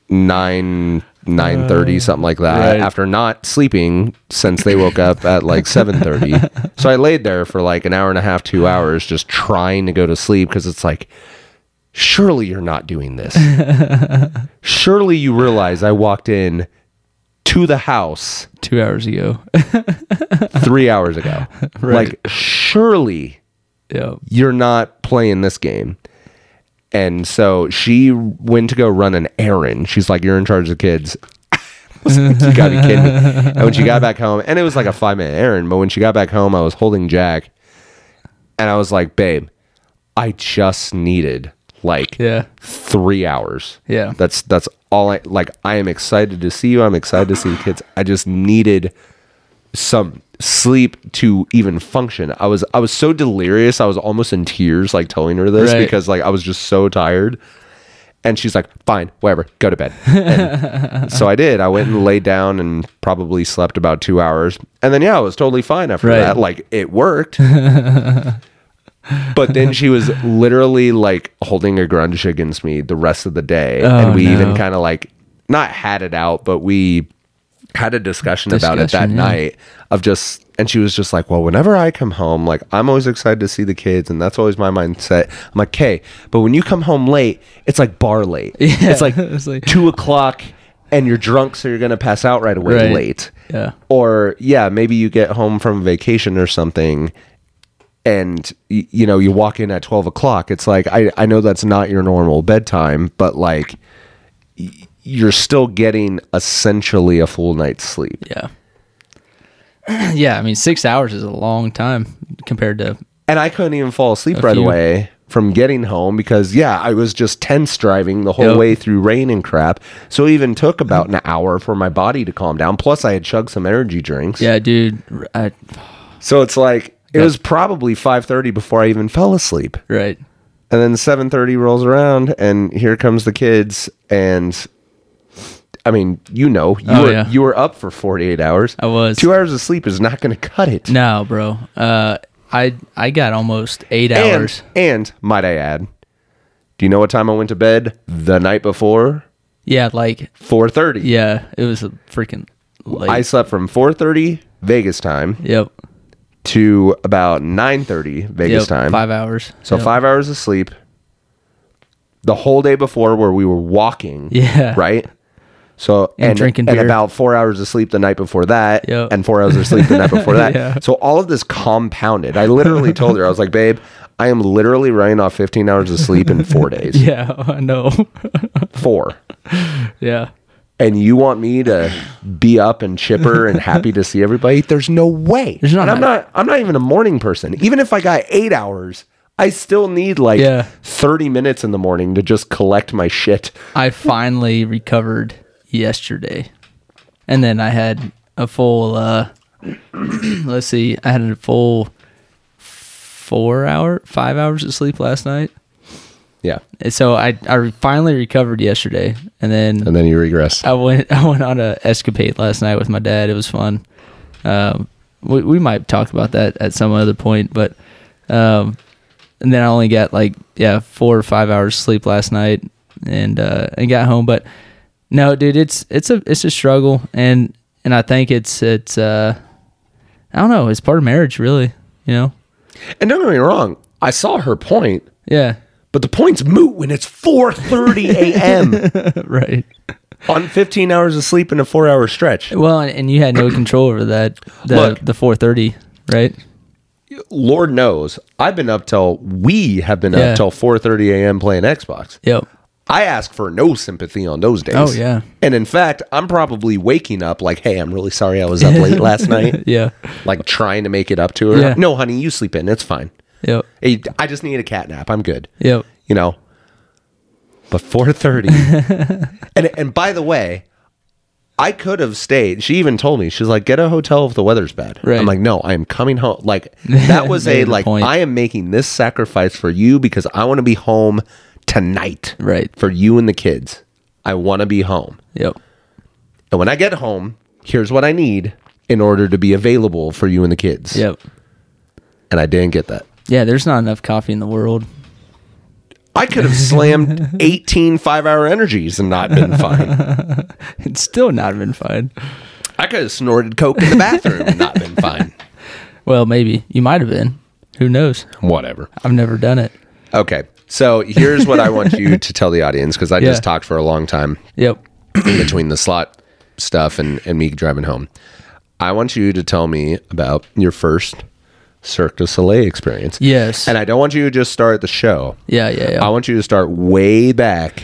Speaker 2: nine nine thirty something like that
Speaker 1: right.
Speaker 2: after not sleeping since they woke up at like seven thirty. so I laid there for like an hour and a half, two hours, just trying to go to sleep because it's like surely you're not doing this. surely you realize I walked in to the house
Speaker 1: Two hours ago. [laughs]
Speaker 2: three hours ago. Like, surely
Speaker 1: yep.
Speaker 2: you're not playing this game. And so she went to go run an errand. She's like, You're in charge of the kids. [laughs] I was like, you gotta be kidding me. And when she got back home, and it was like a five minute errand, but when she got back home, I was holding Jack and I was like, Babe, I just needed like
Speaker 1: Yeah.
Speaker 2: three hours.
Speaker 1: Yeah.
Speaker 2: That's that's all I like I am excited to see you. I'm excited to see the kids. I just needed some sleep to even function. I was I was so delirious. I was almost in tears like telling her this
Speaker 1: Right.
Speaker 2: because like I was just so tired. And she's like, "Fine, whatever. Go to bed."
Speaker 1: [laughs]
Speaker 2: And so I did. I went and laid down and probably slept about 2 hours. And then yeah, I was totally fine after
Speaker 1: Right.
Speaker 2: that. Like it worked. But
Speaker 1: [laughs]
Speaker 2: then she was literally like holding a grudge against me the rest of the day. and we
Speaker 1: Oh, no.
Speaker 2: even kind of like not had it out, but we had a discussion, about it that
Speaker 1: Discussion, yeah.
Speaker 2: night of just and she was just like, Well, whenever I come home, like I'm always excited to see the kids and that's always my mindset. I'm like, okay, but when you come home late, it's like
Speaker 1: [laughs]
Speaker 2: bar late. It's like
Speaker 1: it's like-
Speaker 2: two o'clock and you're drunk so you're gonna pass out right away
Speaker 1: Right.
Speaker 2: late.
Speaker 1: Yeah.
Speaker 2: Or yeah, maybe you get home from vacation or something and y- you know you walk in at 12 o'clock it's like i, I know that's not your normal bedtime but like y- you're still getting essentially a full night's sleep
Speaker 1: Yeah. [clears throat] yeah. I mean, six hours is a long time compared to.
Speaker 2: and i couldn't even fall asleep right
Speaker 1: few.
Speaker 2: away from getting home because yeah i was just tense driving the whole
Speaker 1: Yep.
Speaker 2: way through rain and crap so it even took about an hour for my body to calm down plus i had chugged some energy drinks
Speaker 1: Yeah, dude. r- I,
Speaker 2: so it's like it was probably 5.30 before i even fell asleep
Speaker 1: right.
Speaker 2: And then 7:30 rolls around and here comes the kids and I mean, you know, you
Speaker 1: Oh,
Speaker 2: were,
Speaker 1: yeah.
Speaker 2: you were up for 48 hours.
Speaker 1: I was.
Speaker 2: 2 hours of sleep is not going to cut it.
Speaker 1: No, bro. Uh, I I got almost eight hours.
Speaker 2: and and might I add, do you know what time I went to bed the night before?
Speaker 1: Yeah, like
Speaker 2: 4:30.
Speaker 1: yeah, it was a freaking late.
Speaker 2: I slept from 4:30 Vegas time
Speaker 1: yep.
Speaker 2: to about 9:30 Vegas
Speaker 1: Yep.
Speaker 2: time.
Speaker 1: Five hours.
Speaker 2: So
Speaker 1: Yep.
Speaker 2: five hours of sleep. The whole day before, where we were walking.
Speaker 1: Yeah.
Speaker 2: Right. So
Speaker 1: And drinking
Speaker 2: and
Speaker 1: beer.
Speaker 2: about four hours of sleep the night before that,
Speaker 1: Yep.
Speaker 2: and four hours of sleep
Speaker 1: [laughs]
Speaker 2: the night before that.
Speaker 1: Yeah.
Speaker 2: So all of this compounded. I literally told her, I was like, "Babe, I am literally running off 15 hours of sleep in
Speaker 1: [laughs]
Speaker 2: four days,
Speaker 1: [laughs] Yeah, I know. [laughs]
Speaker 2: four,
Speaker 1: yeah.
Speaker 2: and you want me to be up and [laughs] chipper and happy to see everybody? There's no way.
Speaker 1: There's not
Speaker 2: and I'm
Speaker 1: that-
Speaker 2: not. I'm not even a morning person. Even if I got eight hours, I still need like
Speaker 1: Yeah.
Speaker 2: 30 minutes in the morning to just collect my shit.
Speaker 1: I finally recovered yesterday. And then I had a full uh [clears throat] let's see, I had a full four hour five hours of sleep last night.
Speaker 2: Yeah,
Speaker 1: And so I I finally recovered yesterday and then
Speaker 2: and then you regress.
Speaker 1: I went [laughs] I went on a escapade last night with my dad. It was fun. Um, we we might talk about that at some other point, but um, and then I only got like yeah four or five hours sleep last night and uh, and got home. But no, dude, it's it's a it's a struggle, and and I think it's it's uh, I don't know, it's part of marriage, really. You know,
Speaker 2: And don't get me wrong, I saw her point,
Speaker 1: yeah,
Speaker 2: but the point's moot when it's [laughs] 4:30 a.m.
Speaker 1: [laughs] right.
Speaker 2: on 15 hours of sleep in a four-hour stretch.
Speaker 1: Well, and, and you had [coughs] no control over that the
Speaker 2: Look.
Speaker 1: the four thirty, right?
Speaker 2: Lord knows, I've been up till we have been
Speaker 1: Yeah.
Speaker 2: up till 4:30 a.m. playing Xbox.
Speaker 1: Yep.
Speaker 2: I ask for no sympathy on those days.
Speaker 1: Oh, yeah.
Speaker 2: And in fact, I'm probably waking up like, "Hey, I'm really sorry I was up late
Speaker 1: [laughs]
Speaker 2: last night."
Speaker 1: [laughs] Yeah.
Speaker 2: Like trying to make it up to her.
Speaker 1: Yeah.
Speaker 2: No, honey, you sleep in. It's fine.
Speaker 1: Yep.
Speaker 2: Hey, I just need a cat nap. I'm good.
Speaker 1: Yep.
Speaker 2: You know.
Speaker 1: [laughs]
Speaker 2: But 4:30. and and by the way, I could have stayed. She even told me. She's like, "Get a hotel if the weather's bad."
Speaker 1: Right.
Speaker 2: I'm like, "No, I am coming home."
Speaker 1: [laughs]
Speaker 2: Like that was a
Speaker 1: Made the
Speaker 2: like
Speaker 1: point.
Speaker 2: I am making this sacrifice for you because I want to be home tonight
Speaker 1: Right.
Speaker 2: for you and the kids. I want to be home.
Speaker 1: Yep.
Speaker 2: And when I get home, here's what I need in order to be available for you and the kids.
Speaker 1: Yep.
Speaker 2: And I didn't get that.
Speaker 1: Yeah, there's not enough coffee in the world. [laughs]
Speaker 2: I could have slammed 18 five hour energies and not been fine.
Speaker 1: It's still not been fine.
Speaker 2: I could have snorted Coke in the bathroom and not [laughs] been fine.
Speaker 1: Well, maybe you might have been. Who knows?
Speaker 2: Whatever.
Speaker 1: I've never done it.
Speaker 2: Okay. So here's what I want you to tell the audience because I
Speaker 1: Yeah.
Speaker 2: just talked for a long time
Speaker 1: Yep.
Speaker 2: in between the slot stuff and, and me driving home. I want you to tell me about your first Cirque du Soleil experience.
Speaker 1: Yes.
Speaker 2: And I don't want you to just start the show.
Speaker 1: yeah, yeah, yeah.
Speaker 2: I want you to start way back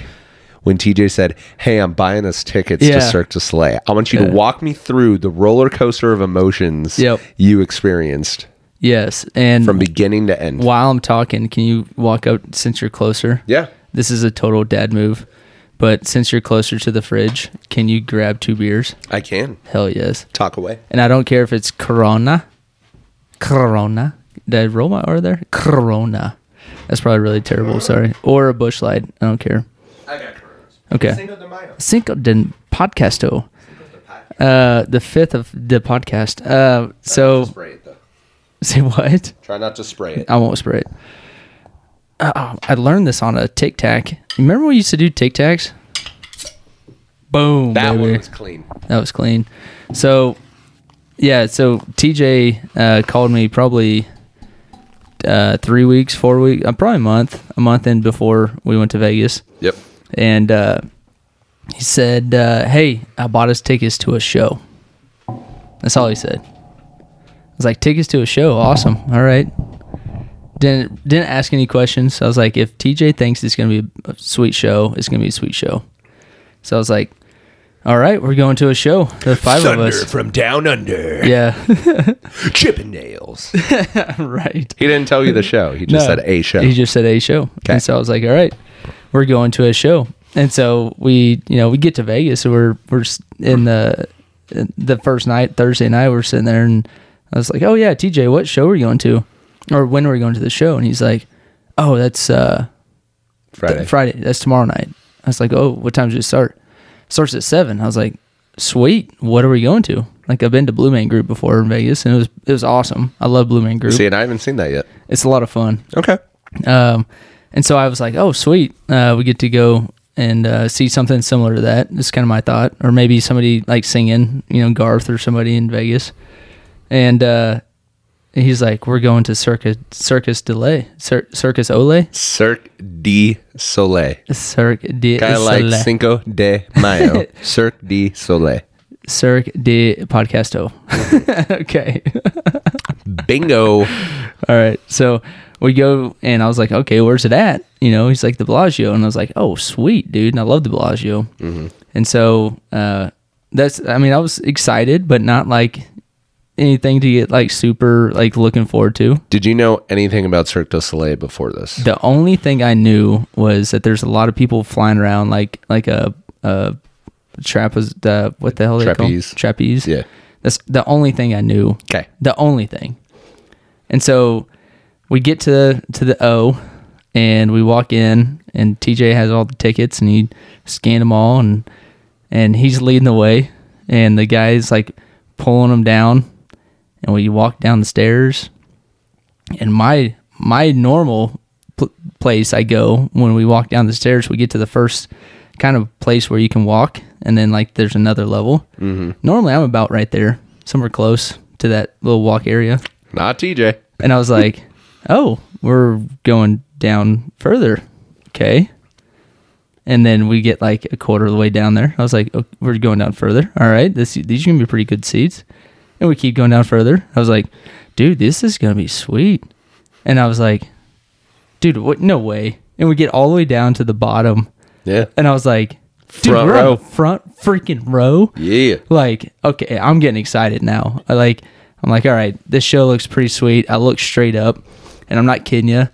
Speaker 2: when TJ said, "Hey, I'm buying us tickets
Speaker 1: Yeah.
Speaker 2: to Cirque du Soleil." I want you to walk me through the roller coaster of emotions
Speaker 1: Yep.
Speaker 2: you experienced
Speaker 1: yes. And
Speaker 2: from beginning to end.
Speaker 1: while I'm talking, can you walk out since you're closer?
Speaker 2: Yeah.
Speaker 1: This is a total dad move. But since you're closer to the fridge, can you grab two beers?
Speaker 2: I can
Speaker 1: Hell yes.
Speaker 2: talk away.
Speaker 1: And I don't care if it's Corona. Corona. Did I roll my R there? Corona. That's probably really terrible. Sorry. Or a bush light. I don't care.
Speaker 2: I got coronas.
Speaker 1: Okay. Cinco de Podcasto. Uh, the fifth of the podcast. Uh, so Oh,
Speaker 2: Spray it though.
Speaker 1: [laughs] say what?
Speaker 2: Try not to spray it.
Speaker 1: I won't spray it. Uh, I learned this on a Tic Tac. Remember we used to do Tic Tacs? Boom.
Speaker 2: That
Speaker 1: baby.
Speaker 2: one was clean.
Speaker 1: That was clean. So, yeah. So TJ uh, called me probably uh, three weeks, four weeks, uh, probably a month, a month in before we went to Vegas,
Speaker 2: Yep.
Speaker 1: and uh, he said, uh, "Hey, I bought us tickets to a show." That's all he said. I was like, "Tickets to a show, awesome. All right." Didn't didn't ask any questions. I was like, "If TJ thinks it's gonna be a sweet show, it's gonna be a sweet show." So I was like, "All right, we're going to a show. The five
Speaker 2: Thunder
Speaker 1: of us."
Speaker 2: from down under.
Speaker 1: Yeah, [laughs]
Speaker 2: Chippendales.
Speaker 1: right.
Speaker 2: [laughs] he didn't tell you the show. He just
Speaker 1: No.
Speaker 2: said a show.
Speaker 1: He just said a show. And so I was like, all right, we're going to a show. And so we, you know, we get to Vegas. So we're we're s- in the in the first night, Thursday night. We're sitting there, and I was like, oh yeah, TJ, what show are you going to, or when are we going to the show? And he's like, oh, that's uh,
Speaker 2: Friday.
Speaker 1: Friday. That's tomorrow night. I was like, oh, what time does it start? Starts at seven. I was like, sweet. What are we going to? Like I've been to Blue Man Group before in Vegas, and it was it was awesome. I love Blue Man Group.
Speaker 2: See, and I haven't seen that yet.
Speaker 1: It's a lot of fun.
Speaker 2: Okay.
Speaker 1: Um, and so I was like, oh, sweet. Uh, we get to go and uh, see something similar to that. That's kind of my thought. Or maybe somebody like singing, you know, Garth or somebody in Vegas. And uh, he's like, we're going to Circus, circus Delay, Cir- Circus Ole,
Speaker 2: Cirque de Soleil.
Speaker 1: Cirque de
Speaker 2: Kind of like
Speaker 1: Soleil.
Speaker 2: Cinco de
Speaker 1: [laughs]
Speaker 2: Mayo. Cirque de Soleil.
Speaker 1: Cirque de Podcasto. [laughs] okay. [laughs]
Speaker 2: Bingo.
Speaker 1: All right. So we go, and I was like, okay, where's it at? You know, he's like, the Bellagio. And I was like, oh, sweet, dude. And I love the Bellagio.
Speaker 2: Mm-hmm.
Speaker 1: And so uh, that's, I mean, I was excited, but not like anything to get like super, like looking forward to.
Speaker 2: Did you know anything about Cirque du Soleil before this?
Speaker 1: The only thing I knew was that there's a lot of people flying around like, like a, a trapeze, the, what the hell they call 'em?
Speaker 2: Trapeze.
Speaker 1: Trapeze.
Speaker 2: Yeah.
Speaker 1: That's the only thing I knew.
Speaker 2: Okay.
Speaker 1: the only thing. And so we get to to the O, and we walk in, and TJ has all the tickets, and he scanned them all, and and he's leading the way, and the guy's like pulling them down, and we walk down the stairs, and my my normal pl- place I go when we walk down the stairs, we get to the first kind of place where you can walk, and then like there's another level. Mm-hmm. Normally, I'm about right there, somewhere close to that little walk area,
Speaker 2: Not TJ.
Speaker 1: and
Speaker 2: [laughs]
Speaker 1: I was like, "Oh, we're going down further, okay." And then we get like a quarter of the way down there. I was like, oh, "We're going down further, all right. This these are gonna be pretty good seats." And we keep going down further. I was like, "Dude, this is gonna be sweet." And I was like, "Dude, what? No way!" And we get all the way down to the bottom,
Speaker 2: Yeah.
Speaker 1: and I was like, "Dude,
Speaker 2: Front
Speaker 1: we're
Speaker 2: row.
Speaker 1: on front freaking row."
Speaker 2: Yeah.
Speaker 1: like okay i'm getting excited now i like i'm like all right this show looks pretty sweet i look straight up and i'm not kidding you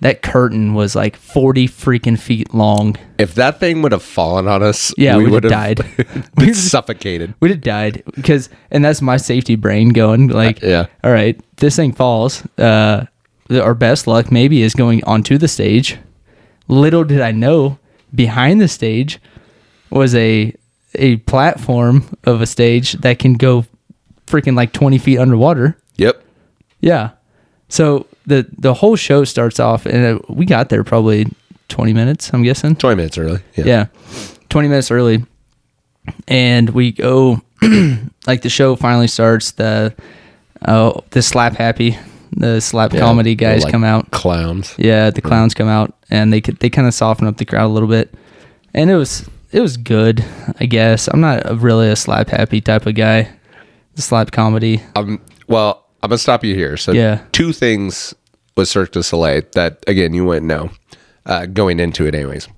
Speaker 1: that curtain was like 40 freaking feet long
Speaker 2: If that thing would have fallen on us,
Speaker 1: Yeah, we'd
Speaker 2: would
Speaker 1: have
Speaker 2: [laughs] been
Speaker 1: died. We'd-
Speaker 2: suffocated.
Speaker 1: we'd have died because and that's my safety brain going like
Speaker 2: Yeah.
Speaker 1: all right this thing falls uh th- our best luck maybe is going onto the stage little did i know behind the stage was a a platform of a stage that can go freaking like 20 feet underwater
Speaker 2: Yep.
Speaker 1: yeah so the the whole show starts off and uh, we got there probably 20 minutes i'm guessing
Speaker 2: 20 minutes early.
Speaker 1: yeah 20 minutes early and we go [clears throat] like the show finally starts the oh the slap happy the slap
Speaker 2: Yeah.
Speaker 1: comedy
Speaker 2: They're
Speaker 1: guys
Speaker 2: like
Speaker 1: come out
Speaker 2: Clowns.
Speaker 1: yeah the clowns come out and they could they kind of soften up the crowd a little bit and it was it was good i guess i'm not a, really a slap happy type of guy the slap comedy
Speaker 2: Um, well, I'm gonna stop you here. So,
Speaker 1: Yeah.
Speaker 2: two things with Cirque du Soleil that again you wouldn't know uh, going into it, anyways.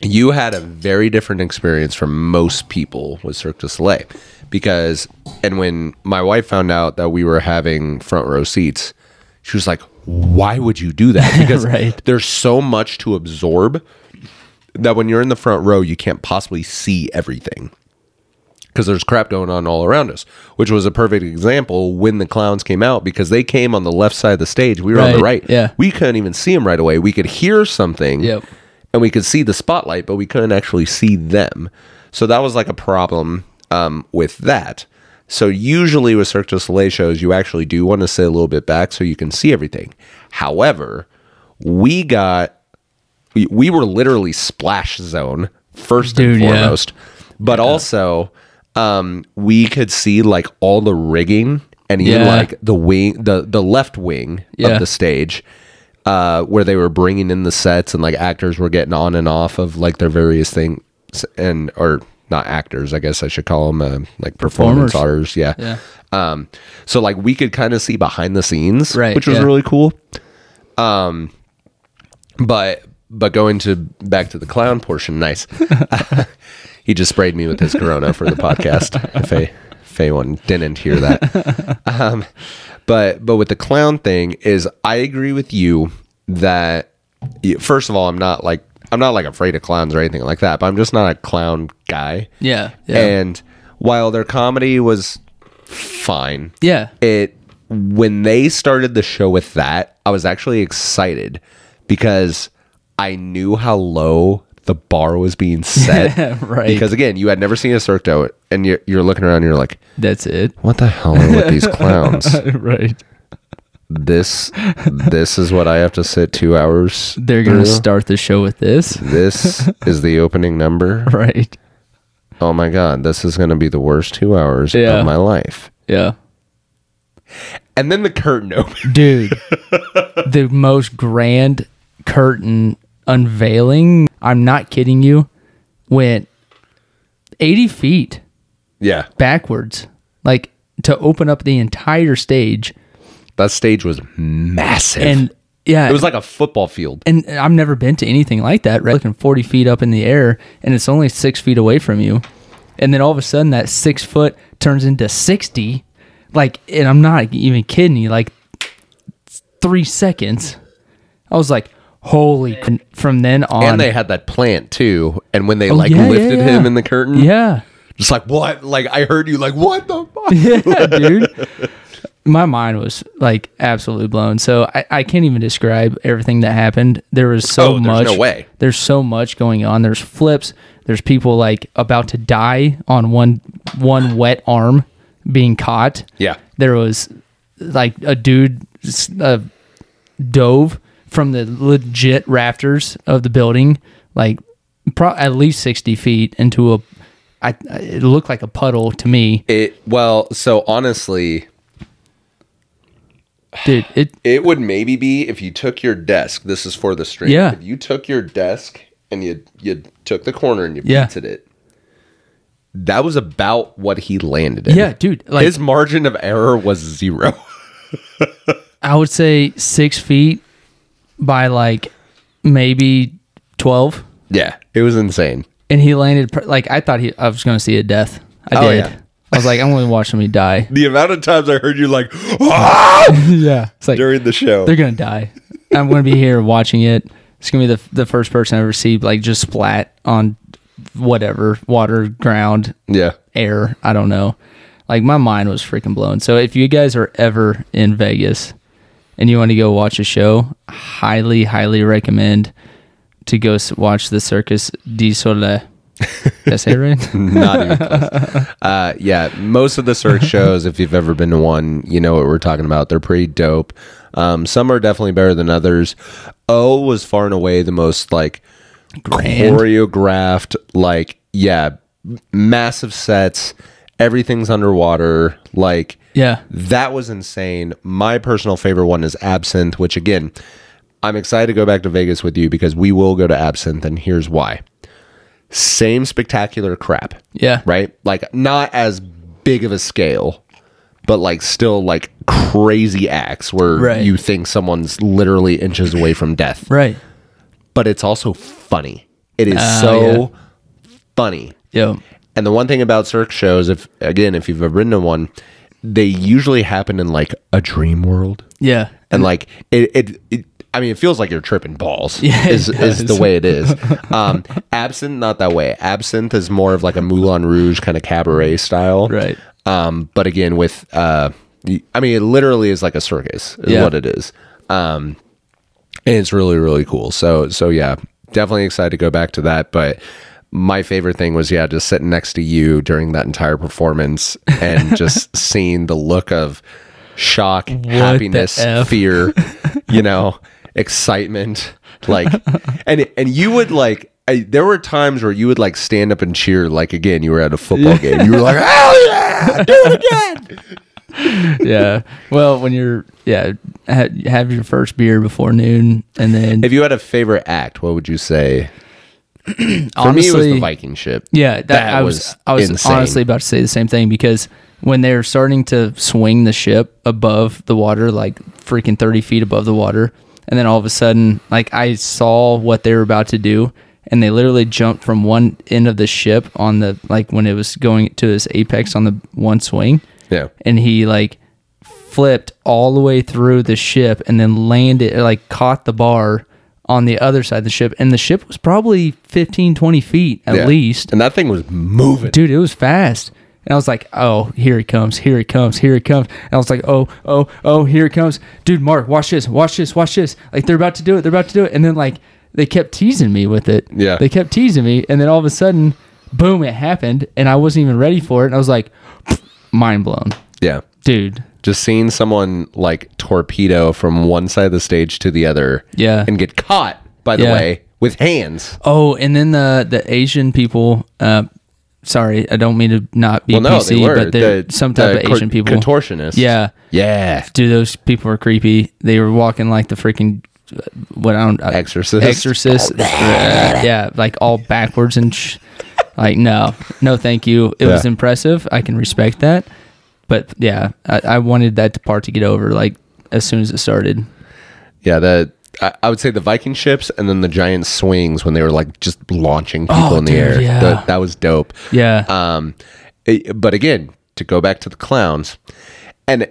Speaker 2: You had a very different experience from most people with Cirque du Soleil because, and when my wife found out that we were having front row seats, she was like, "Why would you do
Speaker 1: [laughs]
Speaker 2: that?" Because
Speaker 1: Right.
Speaker 2: there's so much to absorb that when you're in the front row, you can't possibly see everything because there's crap going on all around us, which was a perfect example when the clowns came out because they came on the left side of the stage. We were on the
Speaker 1: Right,
Speaker 2: right.
Speaker 1: yeah.
Speaker 2: We couldn't even see them right away. We could hear something.
Speaker 1: Yep.
Speaker 2: And we could see the spotlight, but we couldn't actually see them. So that was like a problem um, with that. So usually with Cirque du Soleil shows, you actually do want to sit a little bit back so you can see everything. However, we got we, we were literally splash zone first
Speaker 1: Dude,
Speaker 2: and
Speaker 1: yeah.
Speaker 2: foremost but also um we could see like all the rigging and even
Speaker 1: Yeah.
Speaker 2: like the wing the the left wing
Speaker 1: Yeah.
Speaker 2: of the stage uh where they were bringing in the sets and like actors were getting on and off of like their various things and or not actors i guess i should call them uh, like performance
Speaker 1: Performers.
Speaker 2: artists yeah.
Speaker 1: Yeah.
Speaker 2: um so like we could kind of see behind the scenes
Speaker 1: Right,
Speaker 2: which was
Speaker 1: yeah.
Speaker 2: really cool Um, but but going to back to the clown portion, nice. [laughs] he just sprayed me with his corona for the podcast. If a if anyone didn't hear that, [laughs] um, but but with the clown thing is, I agree with you that y- first of all, I'm not like I'm not like afraid of clowns or anything like that, but I'm just not a clown guy.
Speaker 1: yeah yeah
Speaker 2: And while their comedy was fine,
Speaker 1: yeah
Speaker 2: it when they started the show with that, I was actually excited because I knew how low the bar was being set.
Speaker 1: [laughs] Right.
Speaker 2: Because again, you had never seen a Cirque du, and you're, you're looking around, and you're like,
Speaker 1: That's it.
Speaker 2: what the hell are with
Speaker 1: [laughs]
Speaker 2: these clowns?
Speaker 1: right.
Speaker 2: This, this is what I have to sit two hours.
Speaker 1: They're going to
Speaker 2: through?
Speaker 1: start the show with this.
Speaker 2: This is the opening number.
Speaker 1: [laughs] Right.
Speaker 2: Oh my God, this is going to be the worst two hours
Speaker 1: Yeah.
Speaker 2: of my life.
Speaker 1: Yeah.
Speaker 2: And then the curtain [laughs] opened.
Speaker 1: Dude, the most grand curtain unveiling, I'm not kidding you, went 80 feet
Speaker 2: Yeah.
Speaker 1: backwards. Like to open up the entire stage.
Speaker 2: That stage was massive.
Speaker 1: And yeah,
Speaker 2: it was like a football field.
Speaker 1: and I've never been to anything like that, right? Looking 40 feet up in the air and it's only six feet away from you. And then all of a sudden that six foot turns into 60. Like, and I'm not even kidding you, like three seconds. I was like, holy. c- From then on. Oh,
Speaker 2: and they had that plant too. And when they like
Speaker 1: yeah, yeah,
Speaker 2: lifted
Speaker 1: yeah.
Speaker 2: him in the curtain,
Speaker 1: yeah.
Speaker 2: just like what? Like I heard you like what the fuck?
Speaker 1: [laughs] yeah,
Speaker 2: [laughs]
Speaker 1: dude. My mind was like absolutely blown. So I, I can't even describe everything that happened. There was so
Speaker 2: Oh, there's
Speaker 1: much.
Speaker 2: no way.
Speaker 1: There's so much going on. There's flips. There's people like about to die on one one wet arm being caught.
Speaker 2: Yeah.
Speaker 1: There was like a dude s- uh, dove from the legit rafters of the building, like pro- at least sixty feet into a. I, I- it looked like a puddle to me,
Speaker 2: It well, so honestly,
Speaker 1: dude. It
Speaker 2: it would maybe be if you took your desk. This is for the stream.
Speaker 1: Yeah.
Speaker 2: If you took your desk and you you took the corner and you
Speaker 1: Yeah.
Speaker 2: painted it. That was about what he landed in.
Speaker 1: Yeah, dude. Like
Speaker 2: His margin of error was zero. [laughs]
Speaker 1: I would say six feet by like maybe twelve,
Speaker 2: yeah. It was insane.
Speaker 1: and he landed. pr- Like I thought he, I was gonna see a death. I
Speaker 2: Oh,
Speaker 1: did.
Speaker 2: yeah.
Speaker 1: I was like, I'm gonna watch somebody die.
Speaker 2: The amount of times I heard you like [gasps] "Ah!"
Speaker 1: yeah, it's like
Speaker 2: during the show.
Speaker 1: they're gonna die. I'm gonna be here watching it. It's gonna be the the first person I ever see like just splat on whatever water, ground,
Speaker 2: Yeah.
Speaker 1: air. I don't know. Like my mind was freaking blown. So if you guys are ever in Vegas and you want to go watch a show, highly, highly recommend to go s- watch the Circus du Soleil. Did I say it right?
Speaker 2: Not even close. Uh, yeah, most of the search shows, if you've ever been to one, you know what we're talking about. They're pretty dope. Um, some are definitely better than others. O was far and away the most like choreographed, like yeah, m- massive sets. Everything's underwater. Like
Speaker 1: yeah.
Speaker 2: that was insane. My personal favorite one is Absinthe, which again, I'm excited to go back to Vegas with you because we will go to Absinthe, and here's why. Same spectacular crap,
Speaker 1: Yeah.
Speaker 2: right? Like, not as big of a scale, but like still like crazy acts where
Speaker 1: Right.
Speaker 2: you think someone's literally inches away from death.
Speaker 1: Right.
Speaker 2: But it's also funny. It is
Speaker 1: Ah,
Speaker 2: so funny.
Speaker 1: Yo.
Speaker 2: And the one thing about Cirque shows, if again, if you've ever been to one, they usually happen in like a dream world, [laughs]
Speaker 1: Yeah.
Speaker 2: and like it, it, it I mean, it feels like you're tripping
Speaker 1: [laughs]
Speaker 2: balls.
Speaker 1: Yeah, it
Speaker 2: is, is the
Speaker 1: does.
Speaker 2: way
Speaker 1: [laughs]
Speaker 2: it is. Um, absinthe, not that way. Absinthe is more of like a Moulin Rouge kind of cabaret style,
Speaker 1: Right.
Speaker 2: Um, but again, with uh, y- I mean, it literally is like a circus, is
Speaker 1: Yeah.
Speaker 2: what it is. Um, and it's really really cool so so yeah definitely excited to go back to that but my favorite thing was yeah just sitting next to you during that entire performance
Speaker 1: [laughs]
Speaker 2: and just seeing the look of shock happiness
Speaker 1: F? [laughs]
Speaker 2: fear you know excitement like and and you would like I, there were times where you would like stand up and cheer like again you were at a football game you
Speaker 1: [laughs]
Speaker 2: were like oh yeah do it again
Speaker 1: Yeah. well, when you're yeah, ha- have your first beer before noon, and then
Speaker 2: if you had a favorite act what would you say for me it was the Viking ship
Speaker 1: Yeah, that,
Speaker 2: That
Speaker 1: I was,
Speaker 2: was
Speaker 1: I was
Speaker 2: insane.
Speaker 1: honestly about to say the same thing because when they're starting to swing the ship above the water, like freaking thirty feet above the water, and then all of a sudden, like I saw what they were about to do, and they literally jumped from one end of the ship on the like when it was going to its apex on the one swing,
Speaker 2: yeah
Speaker 1: and he like flipped all the way through the ship and then landed like caught the bar on the other side of the ship and the ship was probably 15 20 feet at
Speaker 2: Yeah.
Speaker 1: least
Speaker 2: And that thing was moving.
Speaker 1: dude, it was fast. And I was like, oh, here it comes, here it comes, here it comes. And I was like, oh, oh, oh, here it comes. Dude, Mark, watch this, watch this, watch this. Like, they're about to do it, they're about to do it. And then, like, they kept teasing me with it.
Speaker 2: Yeah.
Speaker 1: They kept teasing me, and then all of a sudden, boom! It happened, and I wasn't even ready for it, and I was like, mind blown,
Speaker 2: Yeah.
Speaker 1: dude.
Speaker 2: Just seeing someone like torpedo from one side of the stage to the other.
Speaker 1: Yeah.
Speaker 2: And get caught, by the
Speaker 1: Yeah.
Speaker 2: way, with hands.
Speaker 1: Oh, and then the the Asian people. Uh, sorry, I don't mean to not be
Speaker 2: Well, Oh, no,
Speaker 1: PC,
Speaker 2: they were.
Speaker 1: but they're
Speaker 2: The-
Speaker 1: some type
Speaker 2: the
Speaker 1: of
Speaker 2: cor-
Speaker 1: Asian people.
Speaker 2: Contortionists.
Speaker 1: Yeah,
Speaker 2: Yeah.
Speaker 1: dude, those people are creepy. They were walking like the freaking what I don't uh,
Speaker 2: Exorcist.
Speaker 1: exorcist. yeah, like all backwards and sh- like no, no, thank you. It was
Speaker 2: Yeah.
Speaker 1: impressive. I can respect that, but yeah, I, I wanted that part to get over like as soon as it started.
Speaker 2: Yeah, the I, I would say the Viking ships and then the giant swings when they were like just launching people
Speaker 1: Oh,
Speaker 2: in the
Speaker 1: dude,
Speaker 2: air.
Speaker 1: yeah.
Speaker 2: That- that was dope.
Speaker 1: Yeah,
Speaker 2: Um, it- but again, to go back to the clowns, and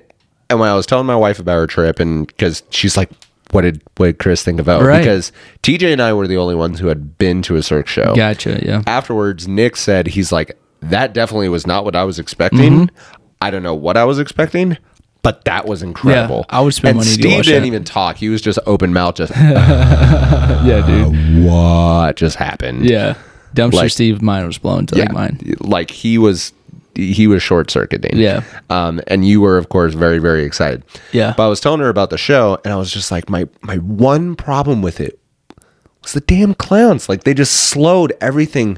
Speaker 2: and when I was telling my wife about her trip, and because she's like, "What did what did Chris think about?"
Speaker 1: Right.
Speaker 2: Because TJ and I were the only ones who had been to a Cirque show.
Speaker 1: gotcha. Yeah,
Speaker 2: Afterwards, Nick said he's like, "That definitely was not what I was expecting.
Speaker 1: Mm-hmm.
Speaker 2: I don't know what I was expecting." But that was incredible.
Speaker 1: I would spend
Speaker 2: and
Speaker 1: money to
Speaker 2: Steve
Speaker 1: watch
Speaker 2: didn't
Speaker 1: that.
Speaker 2: even talk. He was just open
Speaker 1: [laughs]
Speaker 2: mouth, just
Speaker 1: yeah, dude.
Speaker 2: what just happened?
Speaker 1: Yeah, dumpster
Speaker 2: Like-
Speaker 1: Steve, mine was blown to like mine.
Speaker 2: Like he was he was short circuiting.
Speaker 1: Yeah.
Speaker 2: Um, and you were of course very, very excited.
Speaker 1: Yeah.
Speaker 2: But I was telling her about the show and I was just like, my my one problem with it was the damn clowns. Like they just slowed everything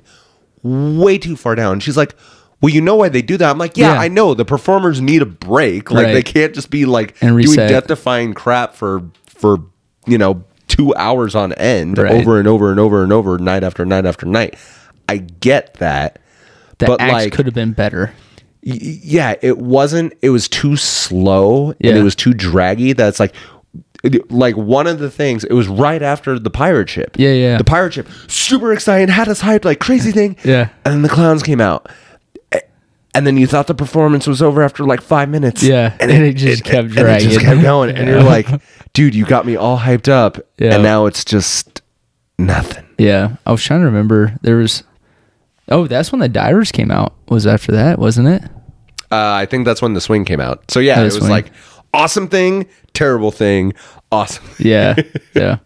Speaker 2: way too far down. And she's like, well, you know why they do that. I'm like, yeah,
Speaker 1: Yeah.
Speaker 2: I know. The performers need a break. Like
Speaker 1: Right.
Speaker 2: they can't just be like
Speaker 1: And
Speaker 2: doing
Speaker 1: reset.
Speaker 2: death defying crap for for you know two hours on end
Speaker 1: Right.
Speaker 2: over and over and over and over night after night after night. I get that.
Speaker 1: The
Speaker 2: But,
Speaker 1: axe
Speaker 2: like-
Speaker 1: could have been better.
Speaker 2: Y- y- yeah, it wasn't. It was too slow and
Speaker 1: Yeah.
Speaker 2: it was too draggy. That's like, like one of the things. It was right after the pirate ship.
Speaker 1: Yeah, yeah.
Speaker 2: The pirate ship, super exciting, had us hyped like crazy thing.
Speaker 1: Yeah.
Speaker 2: and then the clowns came out, A- and then you thought the performance was over after like five minutes.
Speaker 1: Yeah,
Speaker 2: and
Speaker 1: and it just kept
Speaker 2: And it
Speaker 1: dragging.
Speaker 2: just kept going, and you're like, dude, you got me all hyped up,
Speaker 1: Yeah.
Speaker 2: and now it's just nothing.
Speaker 1: Yeah, I was trying to remember. There was, oh, that's when the divers came out. Was after that, wasn't it?
Speaker 2: Uh, I think that's when the swing came out. So yeah,
Speaker 1: Oh,
Speaker 2: it
Speaker 1: the
Speaker 2: was
Speaker 1: swing.
Speaker 2: like awesome thing, terrible thing, awesome. [laughs]
Speaker 1: Yeah, yeah.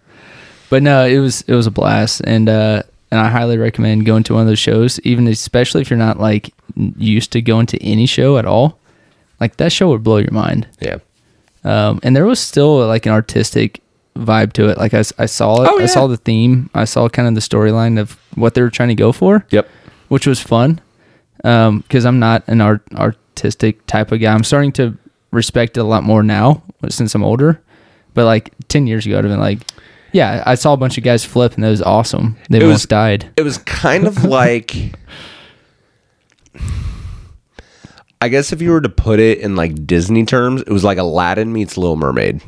Speaker 1: But no, it was it was a blast, and uh, and I highly recommend going to one of those shows, even especially if you're not like n- used to going to any show at all. Like that show would blow your mind.
Speaker 2: Yeah.
Speaker 1: um, and there was still like an artistic vibe to it. Like I, s- I saw it,
Speaker 2: Oh, yeah.
Speaker 1: I saw the theme, I saw kind of the storyline of what they were trying to go for.
Speaker 2: Yep.
Speaker 1: which was fun because I'm not an art artistic type of guy. I'm starting to respect it a lot more now since I'm older. But like ten years ago, I'd have been like, yeah, I saw a bunch of guys flip, and that was awesome. They
Speaker 2: It was-
Speaker 1: almost died.
Speaker 2: It was kind of like I guess if you were to put it in like Disney terms, it was like Aladdin meets Little Mermaid.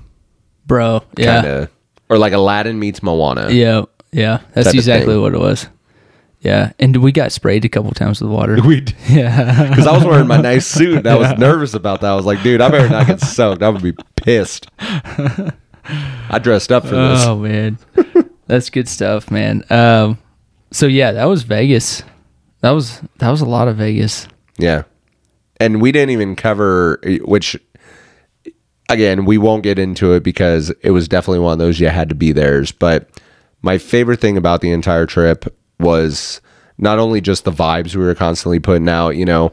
Speaker 1: Bro, yeah,
Speaker 2: Kind of or like Aladdin meets Moana.
Speaker 1: yeah, yeah.
Speaker 2: Type
Speaker 1: That's
Speaker 2: of
Speaker 1: exactly
Speaker 2: thing.
Speaker 1: what it was. Yeah, and we got sprayed a couple times with water. yeah,
Speaker 2: Because I was wearing my nice suit and I was nervous about that. I was like, dude, I better not get soaked. I would be pissed. I dressed up for this.
Speaker 1: Oh
Speaker 2: [laughs]
Speaker 1: man, that's good stuff, man. Um, so yeah, that was Vegas. That was that was a lot of Vegas.
Speaker 2: Yeah. And we didn't even cover which again, we won't get into it because it was definitely one of those you had to be theirs, but my favorite thing about the entire trip was not only just the vibes we were constantly putting out, you know,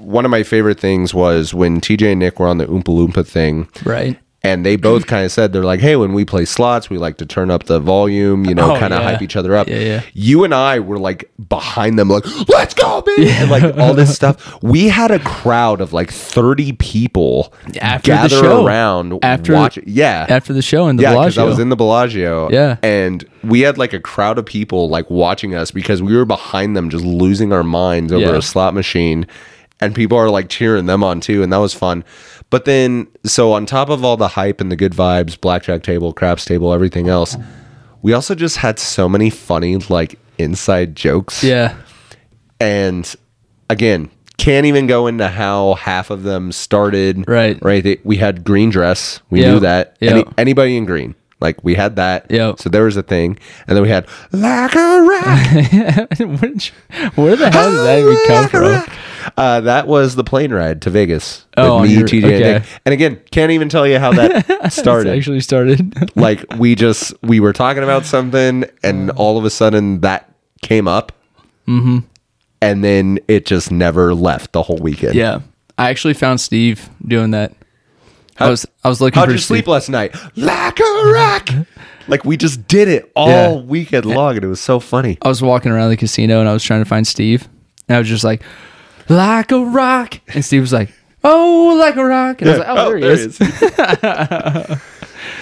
Speaker 2: one of my favorite things was when TJ and Nick were on the Oompa Loompa thing.
Speaker 1: Right.
Speaker 2: And they both kind of said they're like, "Hey, when we play slots, we like to turn up the volume, you know,
Speaker 1: Oh,
Speaker 2: kind of
Speaker 1: yeah.
Speaker 2: hype each other up."
Speaker 1: Yeah, yeah.
Speaker 2: You and I were like behind them, like, "Let's go, baby!" and like all
Speaker 1: [laughs]
Speaker 2: this stuff. We had a crowd of like thirty people
Speaker 1: After the
Speaker 2: gather
Speaker 1: show.
Speaker 2: around
Speaker 1: After-
Speaker 2: watch- Yeah,
Speaker 1: After the show in the
Speaker 2: yeah, because
Speaker 1: Bellagio.
Speaker 2: I was in the Bellagio.
Speaker 1: Yeah.
Speaker 2: and we had like a crowd of people like watching us because we were behind them, just losing our minds over
Speaker 1: Yeah.
Speaker 2: a slot machine, and people are like cheering them on too, and that was fun. But then, so on top of all the hype and the good vibes, blackjack table, craps table, everything else, we also just had so many funny like inside
Speaker 1: [laughs]
Speaker 2: jokes.
Speaker 1: yeah.
Speaker 2: and again. Can't even go into how half of them started.
Speaker 1: Right.
Speaker 2: Right. They- We had green dress. We
Speaker 1: Yep.
Speaker 2: knew that. Any-
Speaker 1: Yep.
Speaker 2: anybody in green. Like we had that.
Speaker 1: Yep.
Speaker 2: So there was a thing. And then we had like a rock.
Speaker 1: [laughs] Where did you- where the hell did that even come
Speaker 2: Like a
Speaker 1: from?
Speaker 2: rock. Uh, that was the plane ride to Vegas
Speaker 1: Oh,
Speaker 2: with me,
Speaker 1: you're-
Speaker 2: TJ,
Speaker 1: okay.
Speaker 2: and Nick. And again, can't even tell you
Speaker 1: [laughs]
Speaker 2: how that started.
Speaker 1: actually started. [laughs]
Speaker 2: like we just we were talking about something,
Speaker 1: Oh.
Speaker 2: and all of a sudden that came up, mm-hmm. and then it just never left the whole weekend.
Speaker 1: yeah, I actually found Steve doing that. I
Speaker 2: How-
Speaker 1: was I was looking
Speaker 2: How'd
Speaker 1: for
Speaker 2: you
Speaker 1: Steve.
Speaker 2: sleep last night? Lack a rack.
Speaker 1: [laughs]
Speaker 2: Like we just did it all
Speaker 1: Yeah.
Speaker 2: weekend long, and it was so funny.
Speaker 1: I was walking around the casino and I was trying to find Steve, and I was just like, like a rock, and Steve was like, oh, like a rock, and I was like,
Speaker 2: [laughs]
Speaker 1: oh, there, he is.
Speaker 2: he is.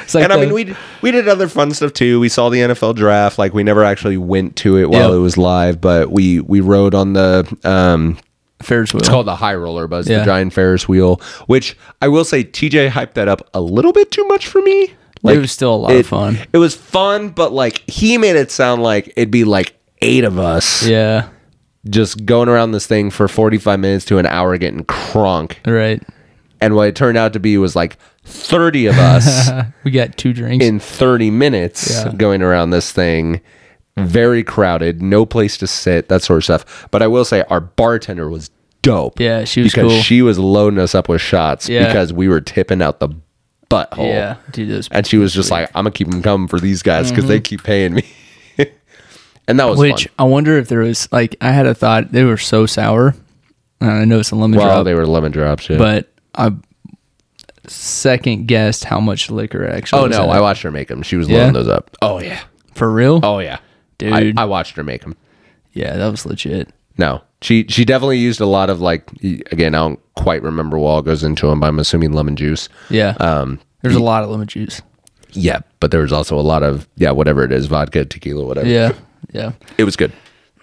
Speaker 1: It's like
Speaker 2: and I
Speaker 1: the-
Speaker 2: mean, we we did other fun stuff too. We saw the NFL draft. Like we never actually went to it while
Speaker 1: Yeah.
Speaker 2: it was live, but we we rode on the um
Speaker 1: Ferris wheel.
Speaker 2: it's called the high roller, but it's
Speaker 1: Yeah.
Speaker 2: the giant Ferris wheel. Which I will say, TJ hyped that up a little bit too much for me.
Speaker 1: was still a lot of
Speaker 2: it-
Speaker 1: fun.
Speaker 2: It was fun, but like he made it sound like it'd be like eight of us
Speaker 1: yeah,
Speaker 2: just going around this thing for 45 minutes to an hour getting crunk.
Speaker 1: right.
Speaker 2: And what it turned out to be was like 30
Speaker 1: [laughs]
Speaker 2: of us
Speaker 1: [laughs] We got two drinks.
Speaker 2: in 30 minutes
Speaker 1: Yeah.
Speaker 2: going around this thing. Very crowded, no place to sit, that sort of stuff. But I will say our bartender was dope.
Speaker 1: Yeah, she was
Speaker 2: because
Speaker 1: cool.
Speaker 2: she was loading us up with shots
Speaker 1: Yeah.
Speaker 2: because we were tipping out the butthole.
Speaker 1: yeah, dude, those.
Speaker 2: And she was just like, I'm gonna keep them coming for these guys because they keep paying me. [laughs] and that was
Speaker 1: Mm-hmm. Which
Speaker 2: fun.
Speaker 1: I wonder if there was like I had a thought they were so sour. And I know it's a lemon
Speaker 2: Well,
Speaker 1: drop,
Speaker 2: they were lemon drops, yeah.
Speaker 1: but I second guessed how much liquor actually.
Speaker 2: oh
Speaker 1: was
Speaker 2: no,
Speaker 1: in
Speaker 2: I
Speaker 1: it.
Speaker 2: watched her make them. She was
Speaker 1: Yeah?
Speaker 2: loading those up. Oh yeah.
Speaker 1: for real.
Speaker 2: Oh yeah,
Speaker 1: Dude.
Speaker 2: I, I watched her make them.
Speaker 1: Yeah, that was legit.
Speaker 2: No, she she definitely used a lot of like. y- Again, I don't quite remember what all goes into them, but I'm assuming lemon juice.
Speaker 1: Yeah,
Speaker 2: Um,
Speaker 1: there's a lot of lemon juice.
Speaker 2: yeah, but there was also a lot of yeah, whatever it is, vodka, tequila, whatever.
Speaker 1: Yeah, yeah. [clears throat]
Speaker 2: it was good.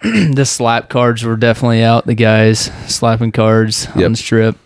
Speaker 1: the slap cards were definitely out. The guys slapping cards on
Speaker 2: Yep.
Speaker 1: the strip.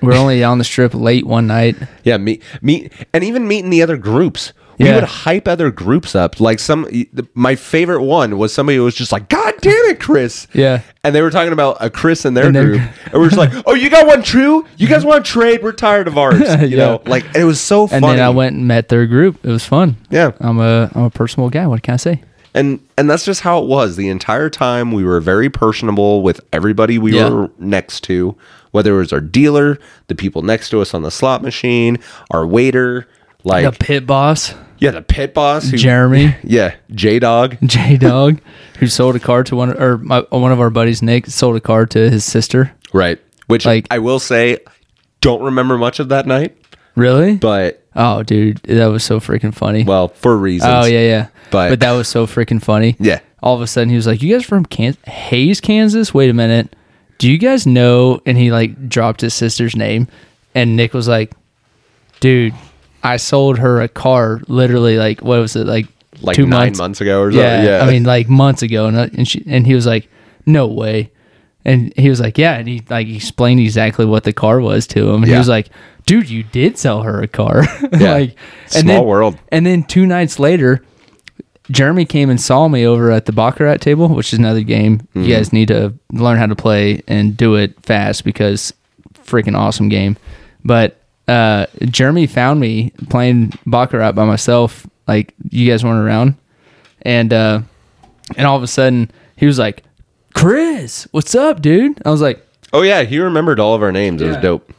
Speaker 1: We We're only on the strip late one night.
Speaker 2: Yeah, meet meet and even meeting the other groups. We
Speaker 1: Yeah.
Speaker 2: would hype other groups up. Like some, my favorite one was somebody who was just like, "God damn it, Chris!"
Speaker 1: Yeah.
Speaker 2: and they were talking about a Chris and their
Speaker 1: And their
Speaker 2: group, and we are just like, "Oh, you got one true? You guys want to trade? We're tired of ours."
Speaker 1: [laughs]
Speaker 2: You
Speaker 1: Yeah.
Speaker 2: know, like and it was so
Speaker 1: And
Speaker 2: funny.
Speaker 1: then I went and met their group. It was fun.
Speaker 2: Yeah.
Speaker 1: I'm a I'm a personal guy. What can I say?
Speaker 2: and and that's just how it was the entire time we were very personable with everybody we
Speaker 1: Yeah.
Speaker 2: were next to whether it was our dealer the people next to us on the slot machine our waiter like
Speaker 1: The pit boss,
Speaker 2: yeah the pit boss who, [laughs]
Speaker 1: Jeremy
Speaker 2: yeah j dog
Speaker 1: J Dog, who sold a car to one or my, one of our buddies, Nick, sold a car to his sister.
Speaker 2: right which
Speaker 1: Like-
Speaker 2: i will say don't remember much of that night
Speaker 1: Really?
Speaker 2: but
Speaker 1: oh, dude, that was so freaking funny.
Speaker 2: well for reasons
Speaker 1: oh yeah, yeah.
Speaker 2: but-
Speaker 1: but that was so freaking funny.
Speaker 2: yeah
Speaker 1: all of a sudden he was like, "You guys from Kan- Hayes, Kansas? Wait a minute, do you guys know?" And he like dropped his sister's name, and Nick was like, "Dude, I sold her a car literally like what was it like
Speaker 2: like nine months. ago or something
Speaker 1: Yeah,
Speaker 2: yeah,
Speaker 1: I mean like months ago." And I- and she and he was like, "No way." And he was like, "Yeah," and he like explained exactly what the car was to him. And he
Speaker 2: Yeah.
Speaker 1: was like, "Dude, you did sell her a car." [laughs]
Speaker 2: Yeah.
Speaker 1: like and
Speaker 2: Small
Speaker 1: then-
Speaker 2: world.
Speaker 1: And then two nights later, Jeremy came and saw me over at the baccarat table, which is another game
Speaker 2: Mm-hmm.
Speaker 1: you guys need to learn how to play and do it fast because freaking awesome game. But uh, Jeremy found me playing baccarat by myself. Like you guys weren't around, and uh, and all of a sudden he was like, "Chris, what's up, dude?" I was like,
Speaker 2: oh yeah he remembered all of our names it was
Speaker 1: Yeah.
Speaker 2: dope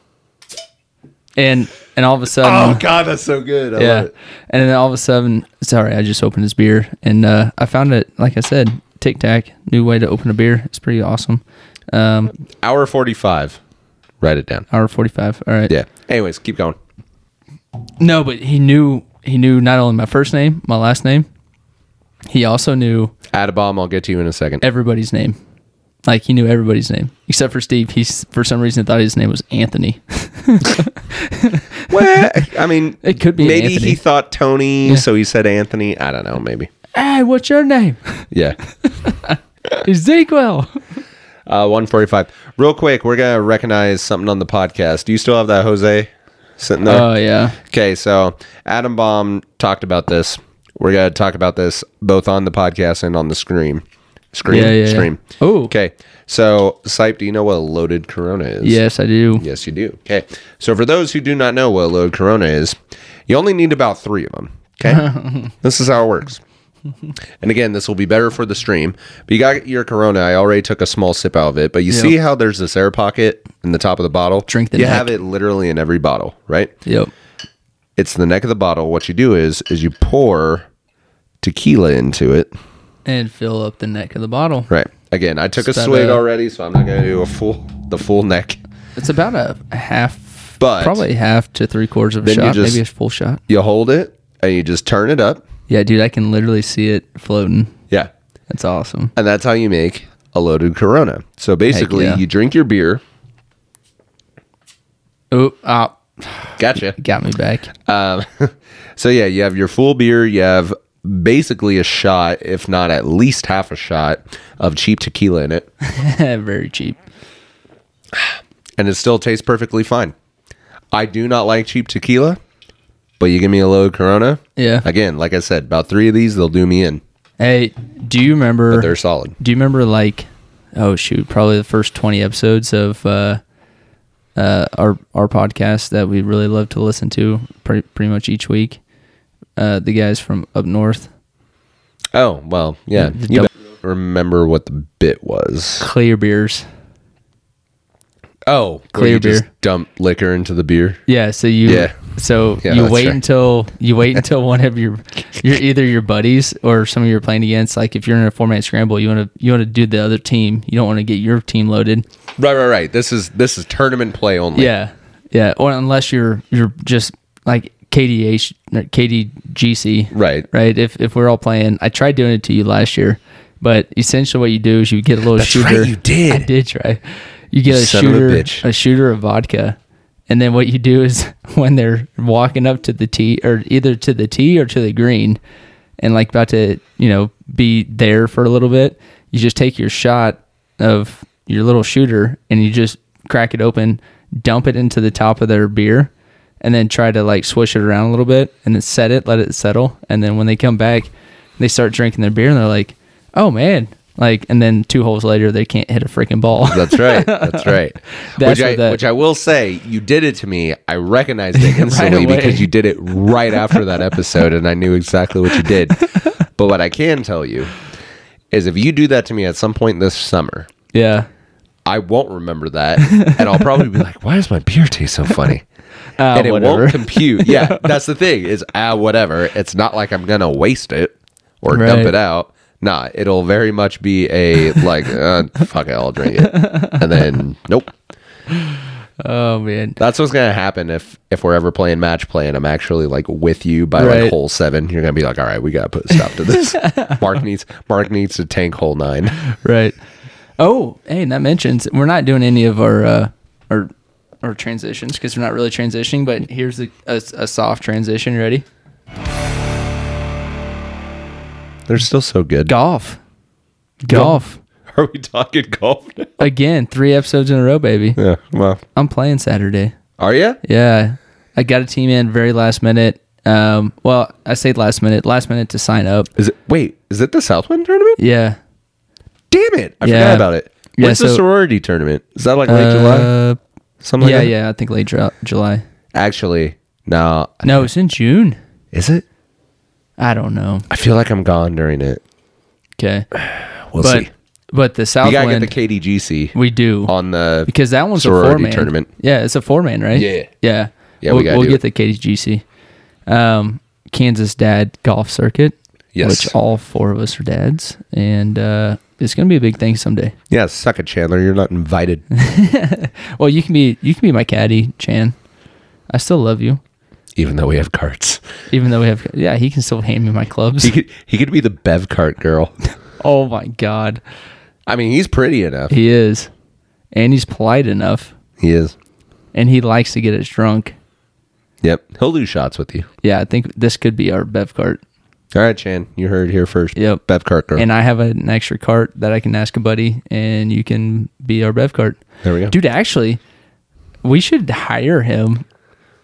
Speaker 1: and and all of a sudden,
Speaker 2: oh god that's so good I
Speaker 1: yeah.
Speaker 2: love it.
Speaker 1: And then all of a sudden, sorry, I just opened his beer, and uh, I found it. Like I said, Tic Tac, new way to open a beer. It's pretty awesome. Um,
Speaker 2: hour 45 write it down
Speaker 1: hour forty five. All right.
Speaker 2: Yeah. Anyways, keep going.
Speaker 1: No, but he knew he knew not only my first name, my last name. He also knew
Speaker 2: Add a bomb. I'll get to you in
Speaker 1: [laughs]
Speaker 2: a second.
Speaker 1: everybody's name. Like he knew everybody's name except for Steve. He s- for some reason thought his name was Anthony. [laughs]
Speaker 2: well, I mean,
Speaker 1: It could be
Speaker 2: maybe
Speaker 1: Anthony.
Speaker 2: he thought Tony, so he said Anthony. I don't know. Maybe.
Speaker 1: hey, what's your name?
Speaker 2: Yeah.
Speaker 1: [laughs] Ezekiel.
Speaker 2: Uh, One forty-five. Real quick, we're gonna recognize something on the podcast. Do you still have that Jose sitting there?
Speaker 1: Oh yeah.
Speaker 2: Okay, so Adam Baum talked about this. We're gonna talk about this both on the podcast and on the screen. Screen,
Speaker 1: Yeah, yeah, yeah.
Speaker 2: stream.
Speaker 1: Oh.
Speaker 2: Okay. So, Sipe, do you know what a loaded Corona is?
Speaker 1: Yes, I do.
Speaker 2: Yes, you do. Okay. So for those who do
Speaker 1: [laughs]
Speaker 2: not know what a loaded Corona is, you only need about three of them. Okay. this is how it works. And again, this will be better for the stream. But you got your Corona. I already took a small sip out of it. But you see how there's this air pocket in the top of the bottle?
Speaker 1: Drink the
Speaker 2: You
Speaker 1: neck.
Speaker 2: have it literally in every bottle, right?
Speaker 1: Yep.
Speaker 2: It's the neck of the bottle. What you do is is you pour tequila into it.
Speaker 1: And fill up the neck of the bottle.
Speaker 2: Right. Again, I took
Speaker 1: Instead
Speaker 2: a swig
Speaker 1: of-
Speaker 2: already, so I'm not going to do a full the full neck.
Speaker 1: It's about a a half,
Speaker 2: But-
Speaker 1: probably half to three quarters of a
Speaker 2: Then you
Speaker 1: shot,
Speaker 2: just-
Speaker 1: maybe a full shot.
Speaker 2: You hold it and you just turn it up.
Speaker 1: Yeah, dude, I can literally see it floating.
Speaker 2: Yeah.
Speaker 1: That's awesome.
Speaker 2: And that's how you make a loaded Corona. So basically,
Speaker 1: yeah.
Speaker 2: you drink your beer.
Speaker 1: Oh, ah,
Speaker 2: Gotcha.
Speaker 1: got me back. [laughs]
Speaker 2: Um, so yeah, you have your full beer. You have basically a shot, if not at least half a shot of cheap tequila in it,
Speaker 1: Very cheap.
Speaker 2: and it still tastes perfectly fine. I do not like cheap tequila, but you give me a load Corona.
Speaker 1: Yeah.
Speaker 2: Again, like I said, about three of these, they'll do me in.
Speaker 1: Hey, do you remember?
Speaker 2: They're solid.
Speaker 1: Do you remember like, oh shoot, probably the first twenty episodes of uh, uh, our our podcast that we really love to listen to pretty pretty much each week. Uh, the guys from up north,
Speaker 2: Oh well, yeah.
Speaker 1: The
Speaker 2: You
Speaker 1: double-
Speaker 2: bet- remember what the bit was?
Speaker 1: Clear Beers.
Speaker 2: Oh, where
Speaker 1: Clear
Speaker 2: you just
Speaker 1: beer.
Speaker 2: dump liquor into the beer.
Speaker 1: Yeah, so you
Speaker 2: Yeah.
Speaker 1: so
Speaker 2: Yeah,
Speaker 1: you
Speaker 2: that's
Speaker 1: wait
Speaker 2: right.
Speaker 1: until you
Speaker 2: [laughs]
Speaker 1: wait until one of your your either your buddies or some of you're playing against. Like if you're in a four man scramble, you want to you want to do the other team. You don't want to get your team loaded.
Speaker 2: Right, right, right. This is this is tournament play only.
Speaker 1: Yeah, yeah. Or unless you're you're just like KDH or KDGC.
Speaker 2: Right.
Speaker 1: Right. If if we're all playing, I tried doing it to you last year, but essentially what you do is you get a little
Speaker 2: That's right,
Speaker 1: shooter.
Speaker 2: you did.
Speaker 1: I did try. You get a
Speaker 2: son of a
Speaker 1: shooter, a,
Speaker 2: bitch.
Speaker 1: shooter of vodka, and then what you do is [laughs] when they're walking up to the tee, or either to the tee or to the green, and like about to you know be there for a little bit, you just take your shot of your little shooter and you just crack it open, dump it into the top of their beer, and then try to like swish it around a little bit and then set it, let it settle. And then when they come back, they start drinking their beer and they're like, oh man. Like, and then two holes later, they can't hit a freaking ball.
Speaker 2: That's right. That's right.
Speaker 1: That's
Speaker 2: which, I,
Speaker 1: what that-
Speaker 2: which I will say, you did it to me. I recognized
Speaker 1: [laughs]
Speaker 2: it instantly
Speaker 1: away.
Speaker 2: because you did it right after that episode, and I knew exactly what
Speaker 1: [laughs]
Speaker 2: you did. But what I can tell you is if you do that to me at some point this summer,
Speaker 1: [laughs] yeah.
Speaker 2: I won't remember that, and I'll probably be like, "Why does my beer taste so funny?" and it
Speaker 1: whatever.
Speaker 2: won't compute. Yeah, that's the thing. Is ah, whatever. It's not like I'm gonna waste it or dump
Speaker 1: Right.
Speaker 2: it out. Nah, it'll very much be a like, uh, [laughs] fuck it, I'll drink it, and then nope.
Speaker 1: Oh man.
Speaker 2: That's what's gonna happen if if we're ever playing match play and I'm actually like with you by
Speaker 1: Right.
Speaker 2: like hole seven. You're gonna be like, all right, we gotta put a stop to this. Mark needs Mark needs to tank hole nine.
Speaker 1: Right. Oh, hey, and that mentions we're not doing any of our uh, our our transitions because we're not really transitioning. But here's a, a, a soft transition. You Ready?
Speaker 2: They're still so good.
Speaker 1: Golf. Golf.
Speaker 2: [laughs] Are we talking golf? now?
Speaker 1: Again, three episodes in a row, baby.
Speaker 2: Yeah. Well,
Speaker 1: I'm playing Saturday.
Speaker 2: are you?
Speaker 1: Yeah. I got a team in very last minute. Um, well, I say last minute, last minute to sign up.
Speaker 2: Is it wait? Is it the Southwind tournament?
Speaker 1: Yeah.
Speaker 2: Damn it! I
Speaker 1: Yeah.
Speaker 2: forgot about it.
Speaker 1: Yeah,
Speaker 2: When's the
Speaker 1: so-
Speaker 2: sorority tournament? Is that like late July?
Speaker 1: Uh,
Speaker 2: Something
Speaker 1: yeah,
Speaker 2: like that?
Speaker 1: yeah. I think late Ju- July.
Speaker 2: Actually, no.
Speaker 1: No, it's in June.
Speaker 2: Is it?
Speaker 1: I don't know.
Speaker 2: I feel like I'm gone during it.
Speaker 1: Okay.
Speaker 2: We'll
Speaker 1: but
Speaker 2: see.
Speaker 1: but the
Speaker 2: You gotta get
Speaker 1: Southwind
Speaker 2: the KDGC
Speaker 1: we do
Speaker 2: on the
Speaker 1: because that one's a
Speaker 2: sorority
Speaker 1: four man
Speaker 2: tournament.
Speaker 1: Yeah, it's a four man, right?
Speaker 2: Yeah.
Speaker 1: yeah,
Speaker 2: Yeah, we
Speaker 1: We'll,
Speaker 2: gotta
Speaker 1: we'll
Speaker 2: do
Speaker 1: get the KDGC, um, Kansas Dad Golf Circuit.
Speaker 2: Yes.
Speaker 1: which all four of us are dads, and uh, it's gonna be a big thing someday.
Speaker 2: yeah. Suck it, Chandler. You're
Speaker 1: [laughs]
Speaker 2: not invited.
Speaker 1: Well, you can be you can be my caddy, Chan. I still love you,
Speaker 2: even though we have carts.
Speaker 1: even though we have yeah. He can still hand me my clubs.
Speaker 2: He could he could be the Bev cart girl.
Speaker 1: [laughs] oh my god,
Speaker 2: I mean, he's pretty enough.
Speaker 1: he is, and he's polite enough,
Speaker 2: He is.
Speaker 1: and he likes to get us drunk.
Speaker 2: Yep. He'll do shots with you.
Speaker 1: Yeah, I think this could be our bev cart.
Speaker 2: All right, Chan. You heard it here first.
Speaker 1: Yep.
Speaker 2: Bev cart girl.
Speaker 1: and I have an extra cart that I can ask a buddy, and you can be our bev cart.
Speaker 2: there we go.
Speaker 1: Dude, actually, we should hire him,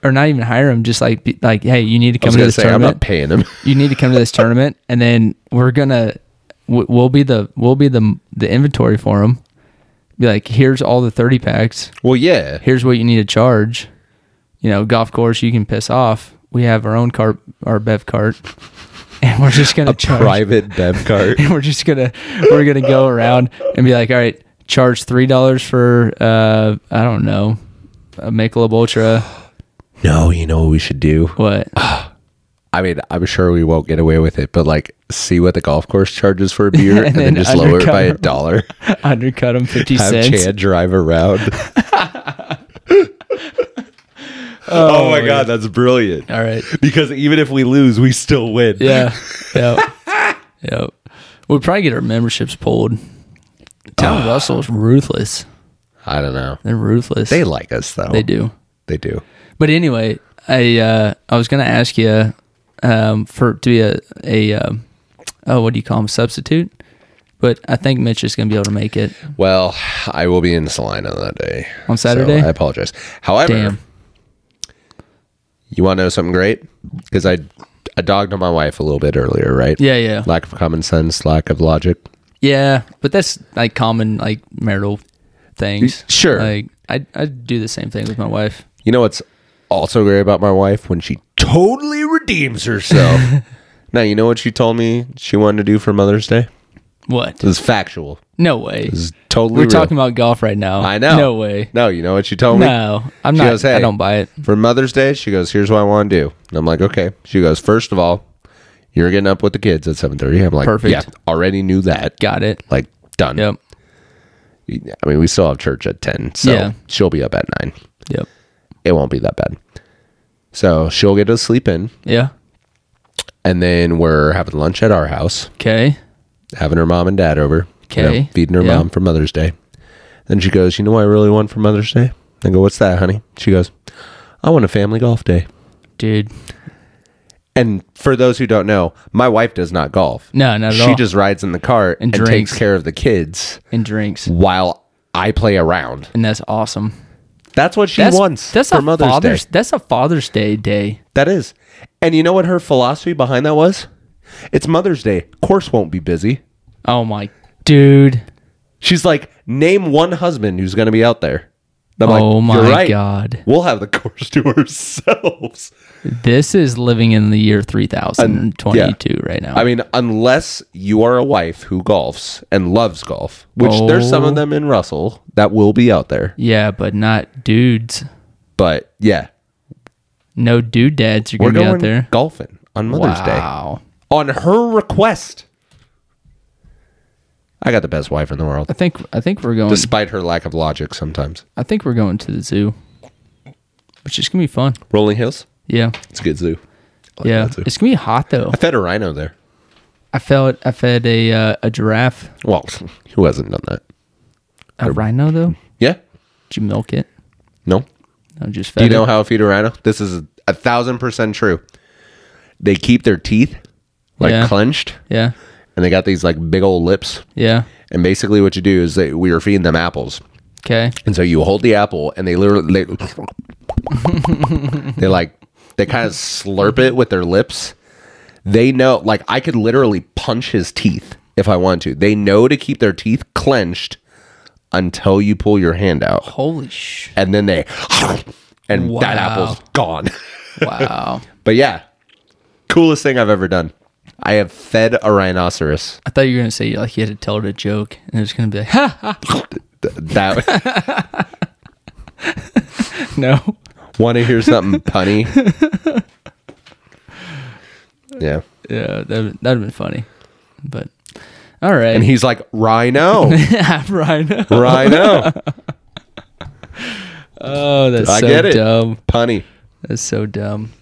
Speaker 1: or not even hire him. Just like be, like, hey, you need to
Speaker 2: I
Speaker 1: come
Speaker 2: was
Speaker 1: to
Speaker 2: gonna
Speaker 1: this
Speaker 2: say I'm not
Speaker 1: tournament.
Speaker 2: paying him.
Speaker 1: you need to come to this tournament, and then we're gonna we- we'll be the we'll be the the inventory for him. Be like, here's all the thirty packs. [laughs]
Speaker 2: well, yeah.
Speaker 1: Here's what you need to charge. You know, golf course, you can piss off. We have our own cart, [laughs] our bev cart. and we're just gonna
Speaker 2: a
Speaker 1: charge.
Speaker 2: private dev cart.
Speaker 1: [laughs] we're just gonna we're gonna go around and be like, all right, charge three dollars for uh I don't know a Michelob
Speaker 2: [sighs]
Speaker 1: Ultra.
Speaker 2: no, you know what we should do?
Speaker 1: What? [laughs]
Speaker 2: I mean, I'm sure we won't get away with it, but like, see what the golf course charges for a
Speaker 1: [laughs]
Speaker 2: beer, and, then,
Speaker 1: then
Speaker 2: just lower it by a
Speaker 1: undercover. [laughs]
Speaker 2: dollar.
Speaker 1: Undercut them fifty
Speaker 2: Have
Speaker 1: cents.
Speaker 2: Chad drive
Speaker 1: [laughs]
Speaker 2: around. [laughs] oh, my god, that's brilliant!
Speaker 1: All right.
Speaker 2: Because even if we lose, we still win.
Speaker 1: Yeah.
Speaker 2: [laughs]
Speaker 1: Yep. yep. We'll probably get our memberships pulled. Town
Speaker 2: Ah.
Speaker 1: Russell is ruthless.
Speaker 2: I don't know.
Speaker 1: They're ruthless.
Speaker 2: They like us though.
Speaker 1: They do.
Speaker 2: They do.
Speaker 1: But anyway, I uh, I was gonna ask you um, for to be a a um, oh what do you call them substitute? But I think Mitch is gonna be able to make it.
Speaker 2: Well, I will be in Salina that day
Speaker 1: On
Speaker 2: so
Speaker 1: Saturday?
Speaker 2: I apologize. However,
Speaker 1: Damn.
Speaker 2: you want to know something great? Because I I dogged on my wife a little bit earlier, right?
Speaker 1: Yeah, yeah,
Speaker 2: Lack of common sense, lack of logic.
Speaker 1: yeah. But that's like common like marital things.
Speaker 2: Sure.
Speaker 1: Like I I do the same thing with my wife.
Speaker 2: You know what's also great about my wife when she totally redeems herself.
Speaker 1: [laughs]
Speaker 2: now you know what she told me she wanted to do for Mother's Day.
Speaker 1: What?
Speaker 2: This is factual.
Speaker 1: No way.
Speaker 2: This is totally.
Speaker 1: We're
Speaker 2: real.
Speaker 1: talking about golf right now.
Speaker 2: I know.
Speaker 1: No way.
Speaker 2: No, you know what she told me.
Speaker 1: No, I'm
Speaker 2: She
Speaker 1: not.
Speaker 2: goes, "Hey."
Speaker 1: I don't buy it.
Speaker 2: for Mother's Day, she goes, "Here's what I want to do," and I'm like, "Okay." She goes, first of all, you're getting up with the kids at 7:30." I'm like,
Speaker 1: Perfect.
Speaker 2: Yeah, already knew that.
Speaker 1: Got it.
Speaker 2: Like done.
Speaker 1: Yep.
Speaker 2: I mean, we still have church at 10, so
Speaker 1: Yeah.
Speaker 2: she'll be up at nine.
Speaker 1: Yep.
Speaker 2: It won't be that bad. So she'll get to sleep in,
Speaker 1: Yeah.
Speaker 2: and then we're having lunch at our house,
Speaker 1: Okay.
Speaker 2: having her mom and dad over, you know,
Speaker 1: Okay.
Speaker 2: feeding her
Speaker 1: Yeah.
Speaker 2: mom for Mother's Day. Then she goes, "You know what I really want for Mother's Day?" I go, "What's that, honey?" She goes, "I want a family golf day."
Speaker 1: Dude.
Speaker 2: And for those who don't know, my wife does not golf.
Speaker 1: No, not at
Speaker 2: she
Speaker 1: all.
Speaker 2: just rides in the cart and,
Speaker 1: And
Speaker 2: takes
Speaker 1: drinks.
Speaker 2: care of the kids
Speaker 1: And drinks.
Speaker 2: while I play around.
Speaker 1: And that's awesome.
Speaker 2: That's what she
Speaker 1: That's,
Speaker 2: wants
Speaker 1: that's
Speaker 2: for
Speaker 1: a
Speaker 2: Mother's
Speaker 1: Father's
Speaker 2: Day.
Speaker 1: that's a Father's Day day.
Speaker 2: That is. And you know what her philosophy behind that was? It's Mother's Day. Course won't be busy.
Speaker 1: Oh my dude.
Speaker 2: She's like, name one husband who's going to be out there. And I'm
Speaker 1: Oh
Speaker 2: like, "You're
Speaker 1: my
Speaker 2: right.
Speaker 1: God.
Speaker 2: We'll have the [laughs] course to ourselves.
Speaker 1: This is living in the year 3022 right now.
Speaker 2: I mean, unless you are a wife who golfs and loves golf, which there's some of
Speaker 1: Oh.
Speaker 2: them in Russell that will be out there.
Speaker 1: yeah, but not dudes.
Speaker 2: But yeah,
Speaker 1: No dude dads are
Speaker 2: we're
Speaker 1: going to be
Speaker 2: going
Speaker 1: out there.
Speaker 2: golfing on Mother's Day
Speaker 1: Wow.
Speaker 2: on her request. I got the best wife in the world,
Speaker 1: I think I think we're going
Speaker 2: despite her lack of logic sometimes.
Speaker 1: I think we're going to the zoo. Which is going to be fun.
Speaker 2: Rolling Hills,
Speaker 1: Yeah.
Speaker 2: it's a good zoo. I like
Speaker 1: yeah.
Speaker 2: that zoo.
Speaker 1: It's going to be hot though.
Speaker 2: I fed a rhino there.
Speaker 1: I felt I fed a uh, a giraffe,
Speaker 2: Well, [laughs] who hasn't done that?
Speaker 1: a rhino though.
Speaker 2: Yeah,
Speaker 1: Did you milk it?
Speaker 2: no.
Speaker 1: No, just fed
Speaker 2: Do you
Speaker 1: it.
Speaker 2: know how I feed a rhino? This is a thousand percent true. They keep their teeth like
Speaker 1: Yeah.
Speaker 2: clenched,
Speaker 1: Yeah,
Speaker 2: and they got these like big old lips.
Speaker 1: yeah.
Speaker 2: And basically, what you do is they, we were feeding them apples,
Speaker 1: Okay.
Speaker 2: And so you hold the apple, and they literally they, [laughs] they like they kind of slurp it with their lips. They know, like I could literally punch his teeth if I wanted to. They know to keep their teeth clenched until you pull your hand out,
Speaker 1: Holy
Speaker 2: [laughs]
Speaker 1: sh!
Speaker 2: and then they and
Speaker 1: Wow.
Speaker 2: that apple's gone. [laughs]
Speaker 1: Wow.
Speaker 2: but yeah, coolest thing I've ever done. I have fed a rhinoceros.
Speaker 1: I thought you were gonna say like you had to tell it a joke, and it was gonna be like, ha [laughs] ha.
Speaker 2: Th- [laughs] That
Speaker 1: No.
Speaker 2: want to hear something punny? Yeah.
Speaker 1: Yeah, that that'd have been funny, but all right. [laughs]
Speaker 2: And he's like, [laughs] Rhino,
Speaker 1: rhino.
Speaker 2: Rhino.
Speaker 1: Oh, that's
Speaker 2: I
Speaker 1: so
Speaker 2: get it.
Speaker 1: dumb.
Speaker 2: Punny.
Speaker 1: That's so dumb.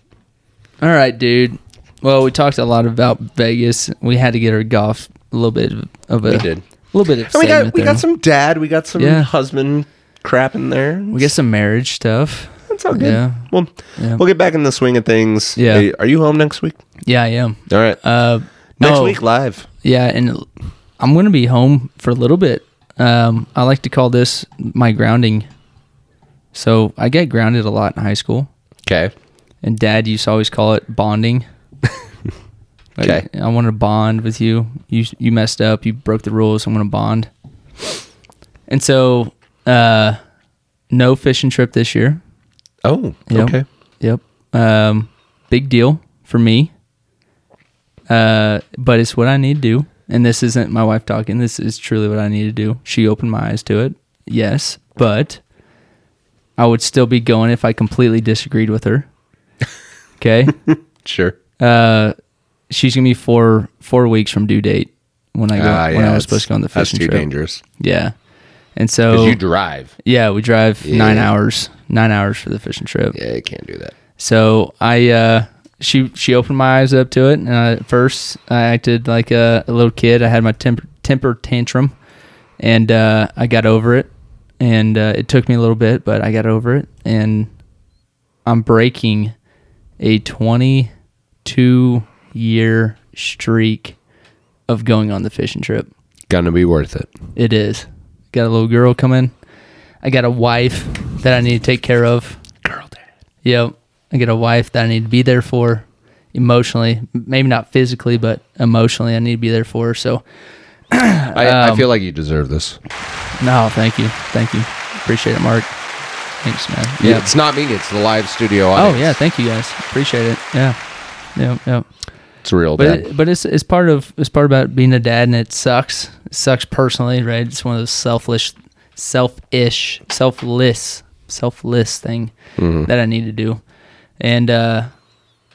Speaker 1: All right, dude. Well, we talked a lot about Vegas. We had to get our golf a little bit of a
Speaker 2: We did.
Speaker 1: little bit of.
Speaker 2: And we got
Speaker 1: segment
Speaker 2: we
Speaker 1: there.
Speaker 2: got some dad, we got some
Speaker 1: Yeah.
Speaker 2: husband crap in there.
Speaker 1: We get some marriage stuff.
Speaker 2: That's all good.
Speaker 1: Yeah.
Speaker 2: Well,
Speaker 1: Yeah.
Speaker 2: we'll get back in the swing of things.
Speaker 1: Yeah.
Speaker 2: Hey, Are you home next week?
Speaker 1: Yeah, I am.
Speaker 2: All right.
Speaker 1: Uh,
Speaker 2: next
Speaker 1: oh,
Speaker 2: week live.
Speaker 1: Yeah, and I'm gonna be home for a little bit. Um, I like to call this my grounding. So I get grounded a lot in high school,
Speaker 2: Okay.
Speaker 1: and Dad used to always call it bonding. Like,
Speaker 2: Okay.
Speaker 1: I want to bond with you. You you messed up. You broke the rules. I'm gonna bond. And so, uh, no fishing trip this year.
Speaker 2: Oh,
Speaker 1: Yep.
Speaker 2: okay.
Speaker 1: Yep. Um, big deal for me. Uh, but it's what I need to do. And this isn't my wife talking. This is truly what I need to do. She opened my eyes to it. Yes. But I would still be going if I completely disagreed with
Speaker 2: [laughs]
Speaker 1: her. Okay.
Speaker 2: Sure.
Speaker 1: uh, she's going to be four, four weeks from due date when I go,
Speaker 2: Ah,
Speaker 1: when I was
Speaker 2: that's-
Speaker 1: supposed to go on the
Speaker 2: That's
Speaker 1: fishing
Speaker 2: too
Speaker 1: trip.
Speaker 2: dangerous.
Speaker 1: Yeah. And
Speaker 2: 'Cause
Speaker 1: so,
Speaker 2: you drive.
Speaker 1: yeah, we drive nine
Speaker 2: Yeah.
Speaker 1: hours, nine hours for the fishing trip.
Speaker 2: Yeah, you can't do that.
Speaker 1: So I uh, she she opened my eyes up to it, and I, at first I acted like a, a little kid. I had my temper temper tantrum, and uh, I got over it. And uh, it took me a little bit, but I got over it. And I'm breaking a 22 year streak of going on the fishing trip.
Speaker 2: Gonna be worth it.
Speaker 1: It is. Got a little girl coming. I got a wife that I need to take care of.
Speaker 2: Girl dad.
Speaker 1: Yep. I get a wife that I need to be there for emotionally, maybe not physically, but emotionally, I need to be there for. her. So,
Speaker 2: I,
Speaker 1: Um,
Speaker 2: I feel like you deserve this.
Speaker 1: no, thank you. Thank you. Appreciate it, Mark. Thanks, man.
Speaker 2: Yeah.
Speaker 1: Yeah.
Speaker 2: It's not me, it's the live studio
Speaker 1: Oh,
Speaker 2: audience.
Speaker 1: yeah. Thank you guys. Appreciate it. Yeah. Yeah. Yeah.
Speaker 2: It's real
Speaker 1: But,
Speaker 2: dad.
Speaker 1: it, but it's, it's part of, it's part about being a dad and it sucks. It sucks personally, right? It's one of those selfish, selfish, selfless, selfless thing
Speaker 2: Mm-hmm.
Speaker 1: that I need to do. And, uh,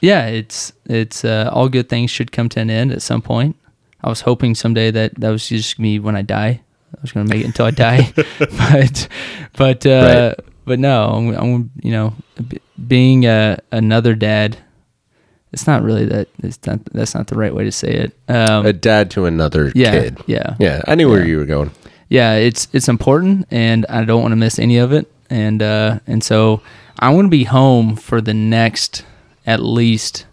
Speaker 1: yeah, it's it's uh, all good things should come to an end at some point. I was hoping someday that that was just me when I die. I was gonna make it until I
Speaker 2: [laughs]
Speaker 1: die, [laughs] but but uh, but no, I'm, I'm you know b- being a, another dad. It's not really that. It's not, that's not the right way to say it. Um,
Speaker 2: a dad to another
Speaker 1: yeah,
Speaker 2: kid.
Speaker 1: yeah,
Speaker 2: Yeah, I knew where you were going.
Speaker 1: yeah, it's it's important, and I don't want to miss any of it. And uh, and so I want to be home for the next at least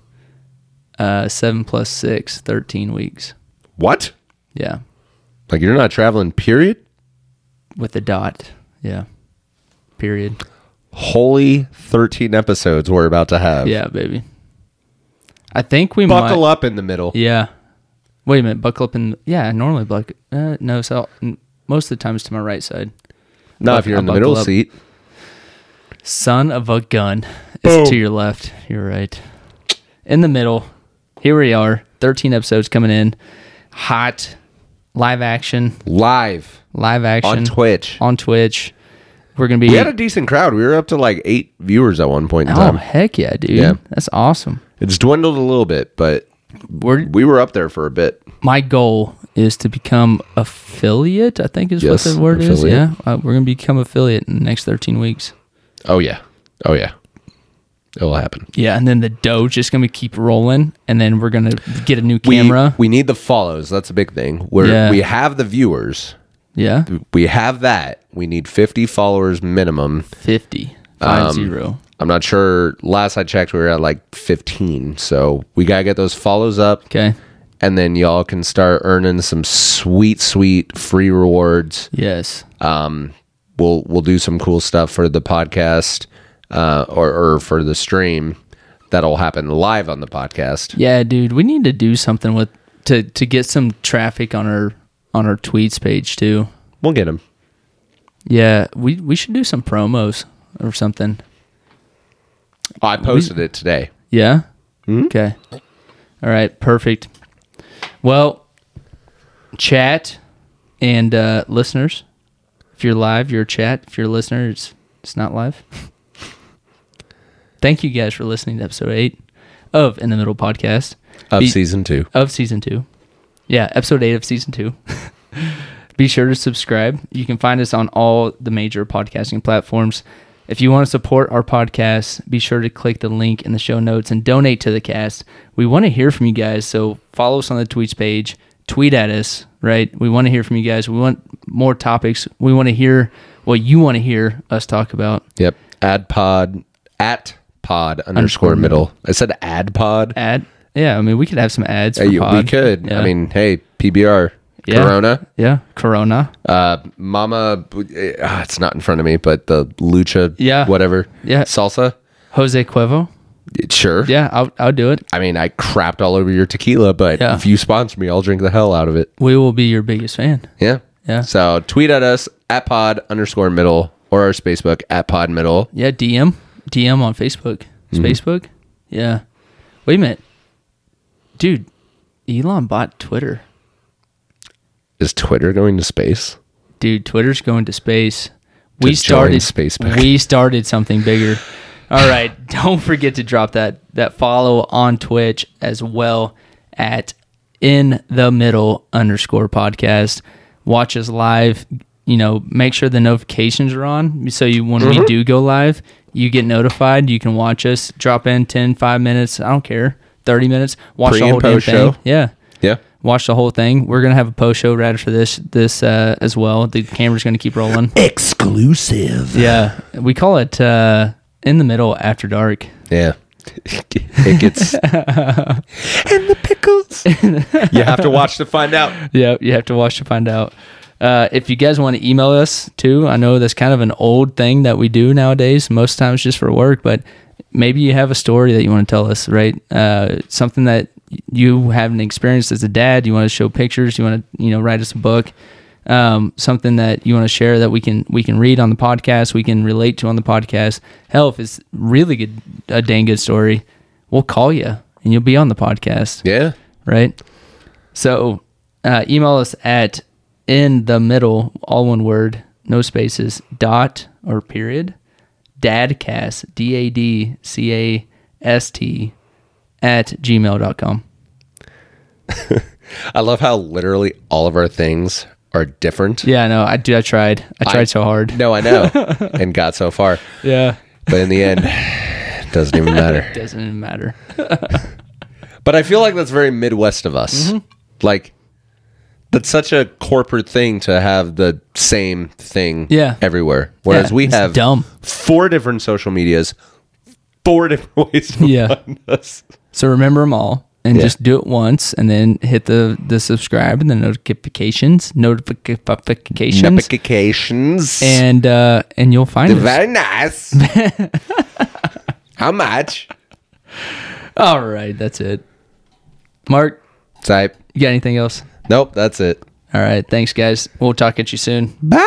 Speaker 1: uh, seven plus six, 13 weeks.
Speaker 2: What?
Speaker 1: Yeah,
Speaker 2: Like you're not traveling, period?
Speaker 1: with a dot. Yeah, period.
Speaker 2: Holy 13 episodes we're about to have.
Speaker 1: Yeah, baby. I think we
Speaker 2: Buckle
Speaker 1: might.
Speaker 2: up in the middle.
Speaker 1: Yeah. Wait a minute, buckle up and yeah. Normally, buck. Uh, no, so n- most of the time it's to my right side.
Speaker 2: Not
Speaker 1: Buck-
Speaker 2: if you're in the
Speaker 1: I'll
Speaker 2: middle
Speaker 1: buckle up.
Speaker 2: seat.
Speaker 1: Son of a gun.
Speaker 2: Boom.
Speaker 1: It's to your left. You're right. In the middle. Here we are. 13 episodes coming in. Hot. Live action.
Speaker 2: Live
Speaker 1: Live action.
Speaker 2: on Twitch.
Speaker 1: On Twitch. We're going to be.
Speaker 2: We had a decent crowd. We were up to like eight viewers at one point in
Speaker 1: oh,
Speaker 2: time.
Speaker 1: heck yeah, dude.
Speaker 2: Yeah.
Speaker 1: That's awesome.
Speaker 2: It's dwindled a little bit, but
Speaker 1: We're,
Speaker 2: we were up there for a bit.
Speaker 1: my goal is to become affiliate, I think is
Speaker 2: Yes,
Speaker 1: what the word is.
Speaker 2: affiliate.
Speaker 1: Yeah. Uh, we're going to become affiliate in the next 13 weeks.
Speaker 2: Oh, yeah. Oh, yeah. It'll happen.
Speaker 1: Yeah. And then the doge is going to keep rolling. And then we're going to get a new
Speaker 2: We,
Speaker 1: camera.
Speaker 2: we need the follows. That's a big thing. We're,
Speaker 1: Yeah.
Speaker 2: We have the viewers.
Speaker 1: yeah.
Speaker 2: We have that. We need 50 followers minimum.
Speaker 1: 50.
Speaker 2: Um,
Speaker 1: Five zero.
Speaker 2: I'm not sure. Last I checked, we were at like 15. So we got to get those follows up.
Speaker 1: Okay.
Speaker 2: And then y'all can start earning some sweet, sweet free rewards.
Speaker 1: Yes.
Speaker 2: Um, we'll we'll do some cool stuff for the podcast uh, or, or for the stream that'll happen live on the podcast.
Speaker 1: Yeah, dude, we need to do something with to to get some traffic on our on our tweets page too.
Speaker 2: We'll get them.
Speaker 1: Yeah, we we should do some promos or something.
Speaker 2: I posted it today.
Speaker 1: Yeah. Okay. All right. Perfect. Well, chat and uh, listeners, if you're live, you're a chat. If you're a listener, it's it's not live. [laughs] Thank you guys for listening to episode eight of In the Middle podcast.
Speaker 2: Of
Speaker 1: Be-
Speaker 2: season two.
Speaker 1: of season two. Yeah, episode eight of season two. [laughs] Be sure to subscribe. You can find us on all the major podcasting platforms. If you want to support our podcast, be sure to click the link in the show notes and donate to the cast. We want to hear from you guys, so follow us on the tweets page, tweet at us, right? We want to hear from you guys. We want more topics. We want to hear what you want to hear us talk about.
Speaker 2: Yep. Ad pod at pod underscore middle. I said ad pod.
Speaker 1: Ad. Yeah, I mean, we could have some ads. For
Speaker 2: Hey, you- we
Speaker 1: pod.
Speaker 2: could.
Speaker 1: Yeah.
Speaker 2: I mean, hey, PBR,
Speaker 1: Yeah.
Speaker 2: Corona,
Speaker 1: yeah, Corona.
Speaker 2: uh, Mama. Uh, it's not in front of me, but the lucha,
Speaker 1: Yeah.
Speaker 2: whatever,
Speaker 1: Yeah.
Speaker 2: salsa.
Speaker 1: Jose Cuevo.
Speaker 2: Sure.
Speaker 1: Yeah, I'll, I'll do it.
Speaker 2: I mean, I crapped all over your tequila, but
Speaker 1: Yeah.
Speaker 2: if you sponsor me, I'll drink the hell out of it.
Speaker 1: We will be your biggest fan.
Speaker 2: Yeah.
Speaker 1: Yeah.
Speaker 2: So tweet at us at pod underscore middle or our Facebook at pod middle.
Speaker 1: Yeah, DM. DM on Facebook. It's Facebook? Yeah. Wait a minute. Dude, Elon bought Twitter.
Speaker 2: Is Twitter going to space?
Speaker 1: Dude, Twitter's going to space. We
Speaker 2: join
Speaker 1: started
Speaker 2: space back.
Speaker 1: We started something bigger. All
Speaker 2: [laughs]
Speaker 1: right, don't forget to drop that that follow on Twitch as well at in the middle underscore podcast. Watch us live. You know, make sure the notifications are on so you when
Speaker 2: Mm-hmm.
Speaker 1: we do go live, you get notified. You can watch us. Drop in 10, 5 minutes. I don't care. Thirty minutes. Watch
Speaker 2: Pre
Speaker 1: the
Speaker 2: and
Speaker 1: whole damn
Speaker 2: post
Speaker 1: thing.
Speaker 2: show.
Speaker 1: Yeah
Speaker 2: Yeah.
Speaker 1: watch the whole thing. We're gonna have a post show right after this this uh, as well. The camera's gonna keep rolling.
Speaker 2: Exclusive.
Speaker 1: yeah, we call it uh, in the middle after dark.
Speaker 2: Yeah. [laughs] it
Speaker 1: [laughs]
Speaker 2: gets and the pickles. [laughs] you have to watch to find out.
Speaker 1: Yeah, you have to watch to find out. Uh, if you guys want to email us too, I know that's kind of an old thing that we do nowadays. Most times just for work, but maybe you have a story that you want to tell us, right? Uh, something that you haven't experienced as a dad. You want to show pictures. You want to you know write us a book. Um, something that you want to share that we can we can read on the podcast. We can relate to on the podcast. Hell, if it's really good, a dang good story, we'll call you and you'll be on the podcast
Speaker 2: Yeah.
Speaker 1: right? So uh, email us at in the middle, all one word, no spaces, dot or period, dadcast, D A D C A S T, at gmail.com.
Speaker 2: I love how literally all of our things are different.
Speaker 1: Yeah, I know. I do. I tried. I tried so hard.
Speaker 2: No,
Speaker 1: [laughs]
Speaker 2: I know. and got so far.
Speaker 1: Yeah.
Speaker 2: But in the end, [sighs] it doesn't even matter.
Speaker 1: Doesn't even matter.
Speaker 2: But I feel like that's very Midwest of us.
Speaker 1: Mm-hmm.
Speaker 2: Like, that's such a corporate thing to have the same thing
Speaker 1: Yeah.
Speaker 2: everywhere. Whereas
Speaker 1: Yeah,
Speaker 2: we
Speaker 1: it's
Speaker 2: have
Speaker 1: dumb.
Speaker 2: four different social medias, four different ways to
Speaker 1: Yeah.
Speaker 2: find us.
Speaker 1: So remember them all and just do it once and then hit the the subscribe and the notifications, notifications,
Speaker 2: Notifications.
Speaker 1: and uh and you'll find us.
Speaker 2: Very nice. How much?
Speaker 1: All right, that's it. Mark,
Speaker 2: Type.
Speaker 1: you got anything else?
Speaker 2: Nope, that's it.
Speaker 1: All right, thanks guys. We'll talk at you soon.
Speaker 2: Bye.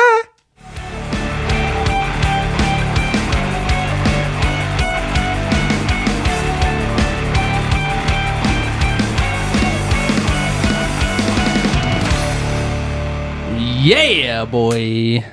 Speaker 1: Yeah, boy.